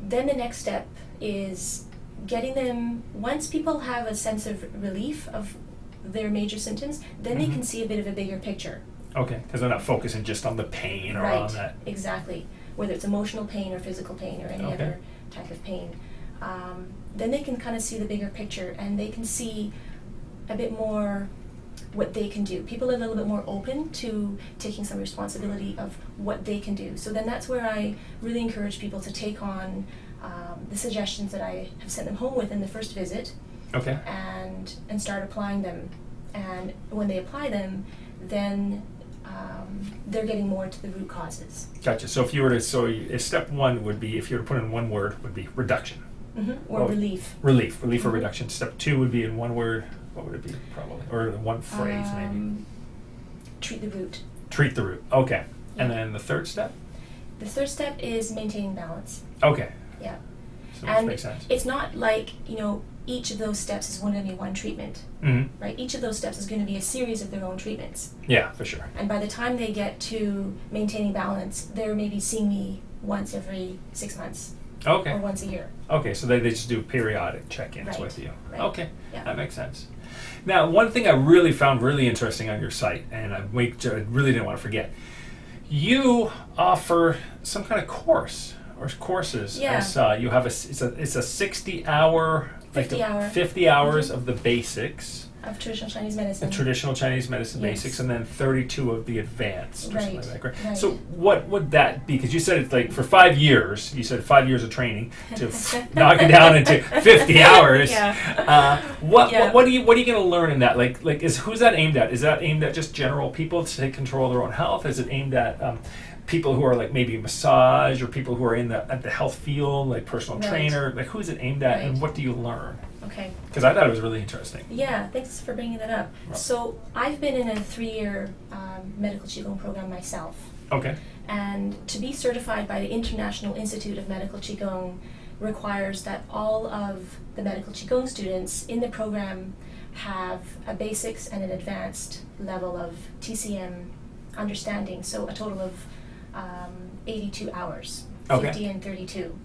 Speaker 2: then the next step is getting them, once people have a sense of relief of their major symptoms, then they
Speaker 1: Mhm.
Speaker 2: can see a bit of a bigger picture.
Speaker 1: Okay. Because they're not focusing just on the pain or
Speaker 2: right,
Speaker 1: on that.
Speaker 2: exactly. Whether it's emotional pain or physical pain or any
Speaker 1: Okay.
Speaker 2: other type of pain. Um, then they can kind of see the bigger picture and they can see a bit more what they can do. People are a little bit more open to taking some responsibility of what they can do. So then that's where I really encourage people to take on um, the suggestions that I have sent them home with in the first visit
Speaker 1: Okay.
Speaker 2: and and start applying them. And when they apply them, then um, they're getting more to the root causes.
Speaker 1: Gotcha. So if you were to, so you- if step one would be, if you were to put in one word, would be reduction.
Speaker 2: Mm-hmm. Or
Speaker 1: Oh.
Speaker 2: relief.
Speaker 1: Relief. Relief or
Speaker 2: Mhm.
Speaker 1: reduction. Step two would be in one word. What would it be? Probably. Or one phrase, maybe.
Speaker 2: Um, Treat the root.
Speaker 1: Treat the root. Okay. And
Speaker 2: Yeah.
Speaker 1: then the third step?
Speaker 2: The third step is maintaining balance.
Speaker 1: Okay.
Speaker 2: Yeah.
Speaker 1: So this
Speaker 2: and
Speaker 1: makes sense.
Speaker 2: it's not like, you know, each of those steps is going to be one treatment,
Speaker 1: hmm
Speaker 2: right? Each of those steps is going to be a series of their own treatments.
Speaker 1: Yeah, for sure.
Speaker 2: And by the time they get to maintaining balance, they're maybe seeing me once every six months
Speaker 1: Okay.
Speaker 2: or once a year.
Speaker 1: Okay, so they, they just do periodic check-ins
Speaker 2: Right,
Speaker 1: with you.
Speaker 2: right,
Speaker 1: Okay,
Speaker 2: yeah.
Speaker 1: that makes sense. Now, one thing I really found really interesting on your site, and I wait- I really didn't want to forget, you offer some kind of course or courses.
Speaker 2: Yeah.
Speaker 1: As, uh, you have a s- it's a it's a sixty hour. like
Speaker 2: 50
Speaker 1: the
Speaker 2: hour. Mm-hmm.
Speaker 1: Fifty hours of the basics,
Speaker 2: of traditional Chinese medicine.
Speaker 1: the traditional Chinese medicine
Speaker 2: Yes.
Speaker 1: basics, and then thirty-two of the advanced or something
Speaker 2: Right,
Speaker 1: like that. Correct?
Speaker 2: right.
Speaker 1: So, what would that be? Because you said it's like for five years. You said five years of training to f- knock it down into fifty hours.
Speaker 2: Yeah.
Speaker 1: Uh, what,
Speaker 2: Yeah.
Speaker 1: what what are you what are you going to learn in that? Like like is who's that aimed at? Is that aimed at just general people to take control of their own health? Is it aimed at um, people who are like maybe massage or people who are in the at the health field, like personal
Speaker 2: Right.
Speaker 1: trainer? Like who is it aimed at, and
Speaker 2: Right.
Speaker 1: what do you learn?
Speaker 2: Okay.
Speaker 1: Because I thought it was really interesting.
Speaker 2: Yeah, thanks for bringing that up.
Speaker 1: Right.
Speaker 2: So I've been in a three-year um, medical qigong program myself,
Speaker 1: Okay.
Speaker 2: and to be certified by the International Institute of Medical Qigong requires that all of the medical qigong students in the program have a basics and an advanced level of TCM understanding. So a total of um, 82 hours,
Speaker 1: Okay.
Speaker 2: 50 and 32.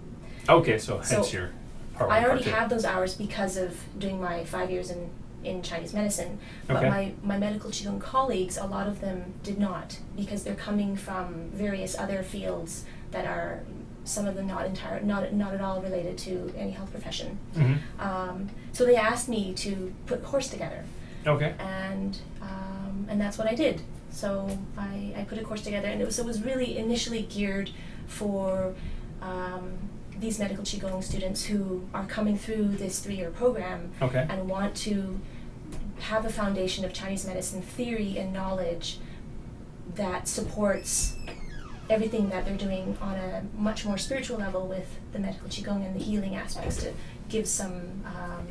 Speaker 1: Okay. So hence
Speaker 2: So,
Speaker 1: your part. one,
Speaker 2: I
Speaker 1: part
Speaker 2: already
Speaker 1: two.
Speaker 2: have those hours because of doing my five years in, in Chinese medicine. But
Speaker 1: Okay.
Speaker 2: my, my medical Qigong colleagues, a lot of them did not because they're coming from various other fields that are some of them not entire not not at all related to any health profession.
Speaker 1: Mhm.
Speaker 2: Um, so they asked me to put a course together
Speaker 1: Okay.
Speaker 2: and um, and that's what I did. So I, I put a course together, and it was it was really initially geared for um, these medical qigong students who are coming through this three-year program
Speaker 1: Okay.
Speaker 2: and want to have a foundation of Chinese medicine theory and knowledge that supports everything that they're doing on a much more spiritual level with the medical qigong and the healing aspects to give some um,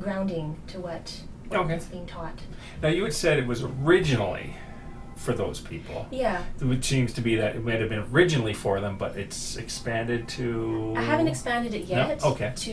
Speaker 2: grounding to what
Speaker 1: Okay.
Speaker 2: what's being taught.
Speaker 1: Now, you had said it was originally for those people,
Speaker 2: Yeah,
Speaker 1: which seems to be that it might have been originally for them, but it's expanded to.
Speaker 2: I haven't expanded it
Speaker 1: No?
Speaker 2: yet.
Speaker 1: Okay.
Speaker 2: To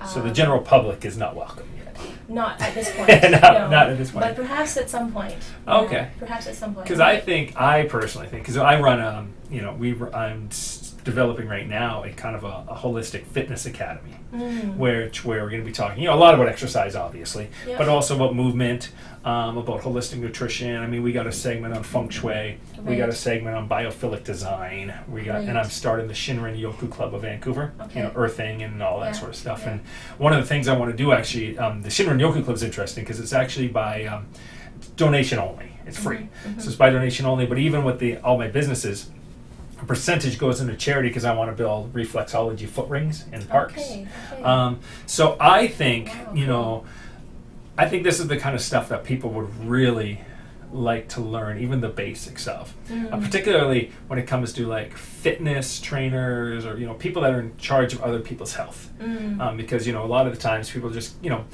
Speaker 2: um,
Speaker 1: So the general public is not welcome yet.
Speaker 2: Not at this point.
Speaker 1: No,
Speaker 2: no.
Speaker 1: not at this point.
Speaker 2: But perhaps at some point. you
Speaker 1: Okay.
Speaker 2: know, perhaps at some point.
Speaker 1: Because I think I personally think because I run um you know we r- I'm s- developing right now a kind of a, a holistic fitness academy
Speaker 2: Mm.
Speaker 1: where it's- where we're going to be talking you know a lot about exercise obviously
Speaker 2: Yeah.
Speaker 1: but also about movement um, about holistic nutrition I mean we got a segment on feng shui we got a
Speaker 2: Right.
Speaker 1: segment on biophilic design we got and
Speaker 2: Right.
Speaker 1: I'm starting the Shinrin Yoku Club of Vancouver
Speaker 2: Okay.
Speaker 1: you know earthing and all that
Speaker 2: Yeah,
Speaker 1: sort of stuff
Speaker 2: yeah.
Speaker 1: and one of the things I want to do actually um, the Shinrin Yoku Club is interesting because it's actually by um, donation only. It's free. So it's by donation only. But even with the all my businesses, a percentage goes into charity because I want to build reflexology foot rings in parks.
Speaker 2: Okay, okay.
Speaker 1: Um, so I think
Speaker 2: Wow,
Speaker 1: you
Speaker 2: Oh, cool.
Speaker 1: know, I think this is the kind of stuff that people would really like to learn, even the basics of.
Speaker 2: Mm-hmm.
Speaker 1: Uh, particularly when it comes to like fitness trainers or you know people that are in charge of other people's health
Speaker 2: Mm.
Speaker 1: um, because you know a lot of the times people just you know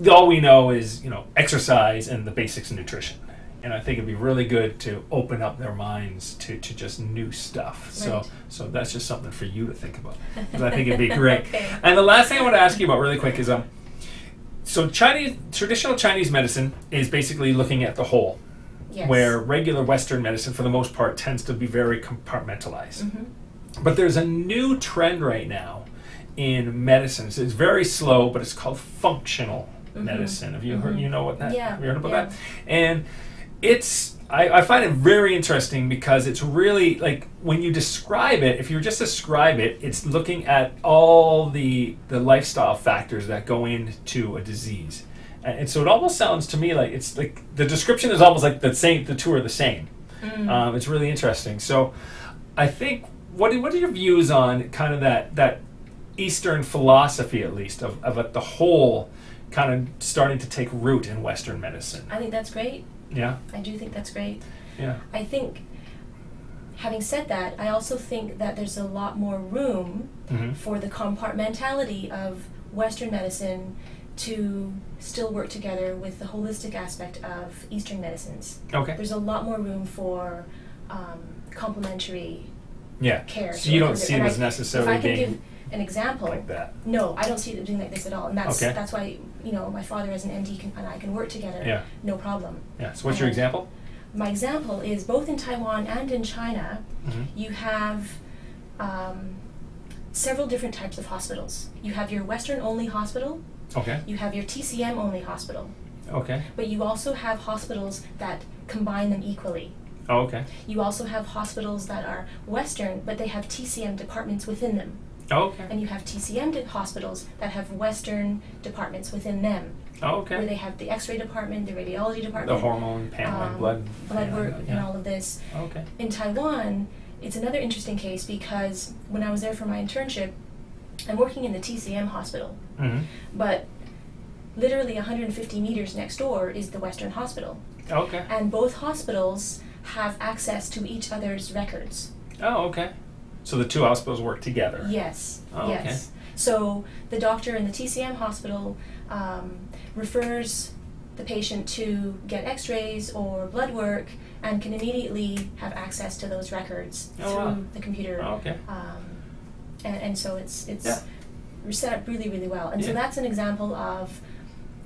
Speaker 1: the- all we know is you know exercise and the basics of nutrition and i think it'd be really good to open up their minds to, to just new stuff so
Speaker 2: Right.
Speaker 1: so that's just something for you to think about 'cause i think it'd be great
Speaker 2: Okay.
Speaker 1: and the last thing i want to ask you about really quick is um so chinese traditional chinese medicine is basically looking at the whole
Speaker 2: yes.
Speaker 1: where regular western medicine for the most part tends to be very compartmentalized
Speaker 2: Mhm.
Speaker 1: but there's a new trend right now in medicines. It's very slow, but it's called functional medicine. Have you heard? You know what that?
Speaker 2: Mm-hmm. Yeah,
Speaker 1: Have you heard about
Speaker 2: yeah.
Speaker 1: that? And it's I, I find it very interesting because it's really like when you describe it. If you just describe it, it's looking at all the the lifestyle factors that go into a disease. And and so it almost sounds to me like it's like the description is almost like the same. The two are the same.
Speaker 2: Mm.
Speaker 1: Um, it's really interesting. So, I think what are- what are your views on kind of that that Eastern philosophy, at least of of it- the whole kind of starting to take root in Western medicine?
Speaker 2: I think that's great.
Speaker 1: Yeah,
Speaker 2: I do think that's great.
Speaker 1: yeah,
Speaker 2: I think, having said that, I also think that there's a lot more room
Speaker 1: hmm
Speaker 2: for the compartmentality of Western medicine to still work together with the holistic aspect of Eastern medicines.
Speaker 1: okay,
Speaker 2: There's a lot more room for um, complementary
Speaker 1: yeah.
Speaker 2: care.
Speaker 1: So
Speaker 2: to
Speaker 1: you
Speaker 2: it.
Speaker 1: don't see
Speaker 2: And
Speaker 1: them
Speaker 2: I-
Speaker 1: as necessarily
Speaker 2: If I can
Speaker 1: being
Speaker 2: give an example,
Speaker 1: like that.
Speaker 2: no, I don't see it being like this at all, and that's
Speaker 1: Okay.
Speaker 2: that's why you know my father as an MD can, and I can work together,
Speaker 1: Yeah.
Speaker 2: no problem.
Speaker 1: Yeah. So what's your
Speaker 2: Um,
Speaker 1: example?
Speaker 2: My example is both in Taiwan and in China,
Speaker 1: hmm
Speaker 2: you have um, several different types of hospitals. You have your Western only hospital,
Speaker 1: Okay.
Speaker 2: you have your TCM only hospital,
Speaker 1: Okay.
Speaker 2: but you also have hospitals that combine them equally.
Speaker 1: Oh, okay.
Speaker 2: You also have hospitals that are Western, but they have TCM departments within them.
Speaker 1: Oh, okay.
Speaker 2: And you have TCM de- hospitals that have Western departments within them,
Speaker 1: Oh,
Speaker 2: where they
Speaker 1: okay.
Speaker 2: have the x ray department, the radiology department,
Speaker 1: The hormone panel
Speaker 2: um,
Speaker 1: and blood.
Speaker 2: blood
Speaker 1: yeah,
Speaker 2: work,
Speaker 1: yeah.
Speaker 2: and all of this.
Speaker 1: Okay.
Speaker 2: In Taiwan, it's another interesting case because when I was there for my internship, I'm working in the TCM hospital,
Speaker 1: hmm
Speaker 2: but literally 150 meters next door is the Western Hospital.
Speaker 1: Okay.
Speaker 2: And both hospitals have access to each other's records.
Speaker 1: Oh, okay. So the two hospitals work together.
Speaker 2: Yes,
Speaker 1: Oh, okay.
Speaker 2: yes. So the doctor in the TCM hospital um, refers the patient to get x rays or blood work and can immediately have access to those records
Speaker 1: Oh,
Speaker 2: through
Speaker 1: wow.
Speaker 2: the computer.
Speaker 1: Oh, okay.
Speaker 2: Um, and, and so it's, it's
Speaker 1: Yeah.
Speaker 2: set up really, really well. And so
Speaker 1: Yeah.
Speaker 2: that's an example of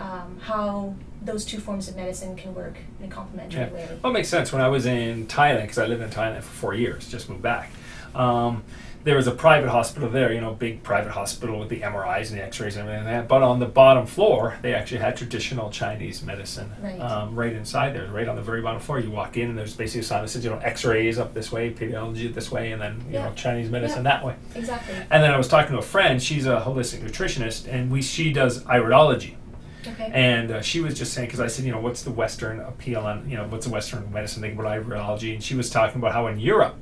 Speaker 2: um, how those two forms of medicine can work in a complementary
Speaker 1: Yeah. Oh,
Speaker 2: way.
Speaker 1: Well, it makes sense. When I was in Thailand, because I lived in Thailand for four years, just moved back. Um, there was a private hospital there, you know, big private hospital with the MRIs and the X-rays and everything like that. But on the bottom floor, they actually had traditional Chinese medicine
Speaker 2: Right.
Speaker 1: um, right inside there, right on the very bottom floor. You walk in, and there's basically a sign that says, you know, X-rays up this way, pediology this way, and then you
Speaker 2: Yeah.
Speaker 1: know, Chinese medicine
Speaker 2: Yeah.
Speaker 1: that way.
Speaker 2: Exactly.
Speaker 1: And then I was talking to a friend. She's a holistic nutritionist, and we she does iridology.
Speaker 2: Okay.
Speaker 1: And uh, she was just saying, because I said, you know, what's the Western appeal on, you know, what's the Western medicine thing about ideology? And she was talking about how in Europe,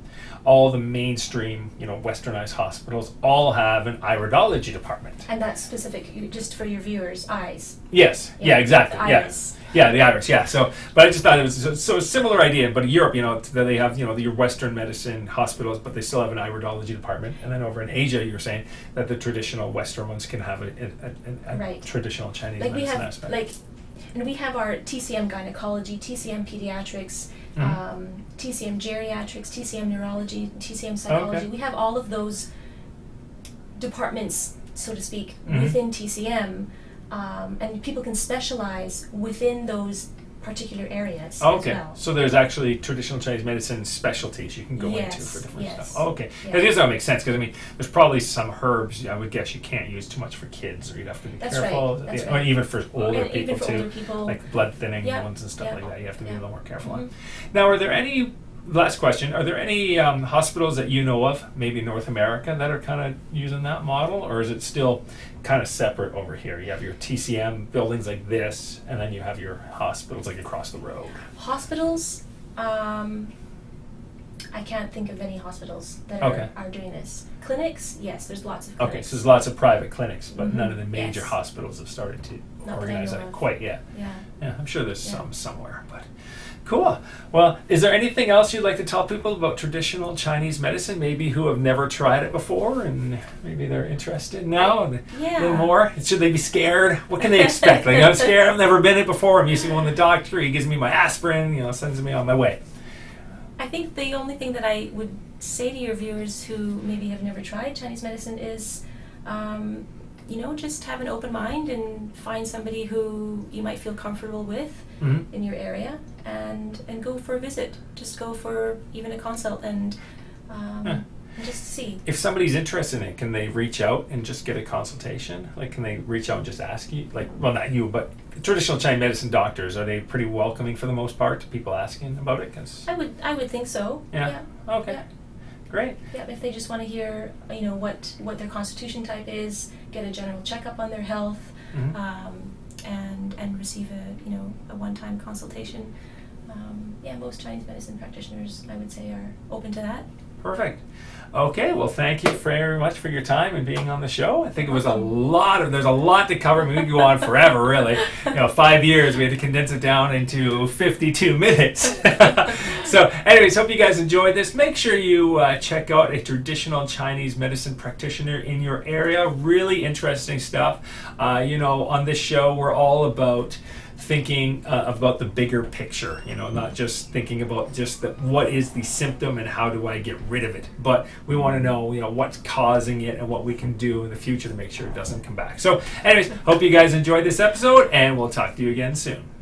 Speaker 1: all the mainstream, you know, westernized hospitals all have an iridology department.
Speaker 2: and that's specific, you- just for your viewers' eyes.
Speaker 1: Yes. Yeah,
Speaker 2: the
Speaker 1: exactly. Yes.
Speaker 2: iris.
Speaker 1: Yeah, the Irish. Yeah. So, but I just thought it was so, so a similar idea. But in Europe, you know, t- they have you know your Western medicine hospitals, but they still have an iridology department. And then over in Asia, you were saying that the traditional Western ones can have a, a, a, a
Speaker 2: Right.
Speaker 1: traditional Chinese
Speaker 2: like we
Speaker 1: medicine
Speaker 2: have
Speaker 1: aspect.
Speaker 2: like and we have our tcm gynecology tcm pediatrics
Speaker 1: Mhm.
Speaker 2: um, tcm geriatrics tcm neurology tcm psychology we have all of those departments so to speak
Speaker 1: Mhm.
Speaker 2: within tcm um, and people can specialize within those particular areas
Speaker 1: Okay,
Speaker 2: as well
Speaker 1: so there's actually traditional Chinese medicine specialties you can go into
Speaker 2: Yes,
Speaker 1: for different
Speaker 2: yes,
Speaker 1: stuff. Okay, 'Cause
Speaker 2: yeah.
Speaker 1: I guess that makes sense because I mean, there's probably some herbs I would guess you can't use too much for kids, or you'd have to be
Speaker 2: That's right,
Speaker 1: careful,
Speaker 2: that's
Speaker 1: yeah, or
Speaker 2: right.
Speaker 1: even for older
Speaker 2: and
Speaker 1: people
Speaker 2: even for
Speaker 1: too,
Speaker 2: older people
Speaker 1: like blood thinning
Speaker 2: Yeah,
Speaker 1: ones and stuff
Speaker 2: yeah,
Speaker 1: like that. You have to be a
Speaker 2: yeah.
Speaker 1: little more careful
Speaker 2: Mhm.
Speaker 1: on. Now, are there any? Last question: Are there any um, hospitals that you know of, maybe in North America, that are kind of using that model, or is it still kind of separate over here? You have your TCM buildings like this, and then you have your hospitals like across the road.
Speaker 2: hospitals um, i can't think of any hospitals that
Speaker 1: Okay.
Speaker 2: are, are doing this clinics yes there's lots of clinics
Speaker 1: Okay, so there's lots of private clinics, but
Speaker 2: Mhm.
Speaker 1: none of the major
Speaker 2: Yes.
Speaker 1: hospitals have started to
Speaker 2: that I
Speaker 1: organize
Speaker 2: know
Speaker 1: that
Speaker 2: of.
Speaker 1: quite yet.
Speaker 2: yeah
Speaker 1: Yeah, I'm sure there's
Speaker 2: Yeah.
Speaker 1: some somewhere, but cool. Well, is there anything else you'd like to tell people about traditional Chinese medicine, maybe who have never tried it before and maybe they're interested now and a little
Speaker 2: Yeah.
Speaker 1: more? Should they be scared? What can they expect? like, I'm scared, I've never been it before. I'm used to going to the doctor, he gives me my aspirin, you know, sends me on my way.
Speaker 2: I think the only thing that I would say to your viewers who maybe have never tried Chinese medicine is, um, you know, just have an open mind and find somebody who you might feel comfortable with
Speaker 1: hmm
Speaker 2: in your area and and go for a visit. Just go for even a consult and um,
Speaker 1: Yeah.
Speaker 2: and just see.
Speaker 1: if somebody's interested in it, can they reach out and just get a consultation? Like, can they reach out and just ask you? Like, well, not you, but traditional Chinese medicine doctors are they pretty welcoming for the most part to people asking about it? 'Cause-
Speaker 2: I would I would think so.
Speaker 1: yeah. okay,
Speaker 2: yeah.
Speaker 1: great.
Speaker 2: Yeah, if they just want to hear, you know, what, what their constitution type is, get a general checkup on their health,
Speaker 1: Mhm.
Speaker 2: um, and and receive a you know a one time consultation. Um, yeah, most Chinese medicine practitioners, I would say, are open to that.
Speaker 1: Perfect. Okay, well, thank you very much for your time and being on the show. I think it was a lot of there's a lot to cover. I mean, we could go on forever, really. You know, five years we had to condense it down into 52 minutes. so, anyways, hope you guys enjoyed this. Make sure you uh, check out a traditional Chinese medicine practitioner in your area. Really interesting stuff. Uh, you know, on this show, we're all about thinking uh, about the bigger picture you know not just thinking about just the, what is the symptom and how do i get rid of it but we want to know you know what's causing it and what we can do in the future to make sure it doesn't come back so anyways hope you guys enjoyed this episode and we'll talk to you again soon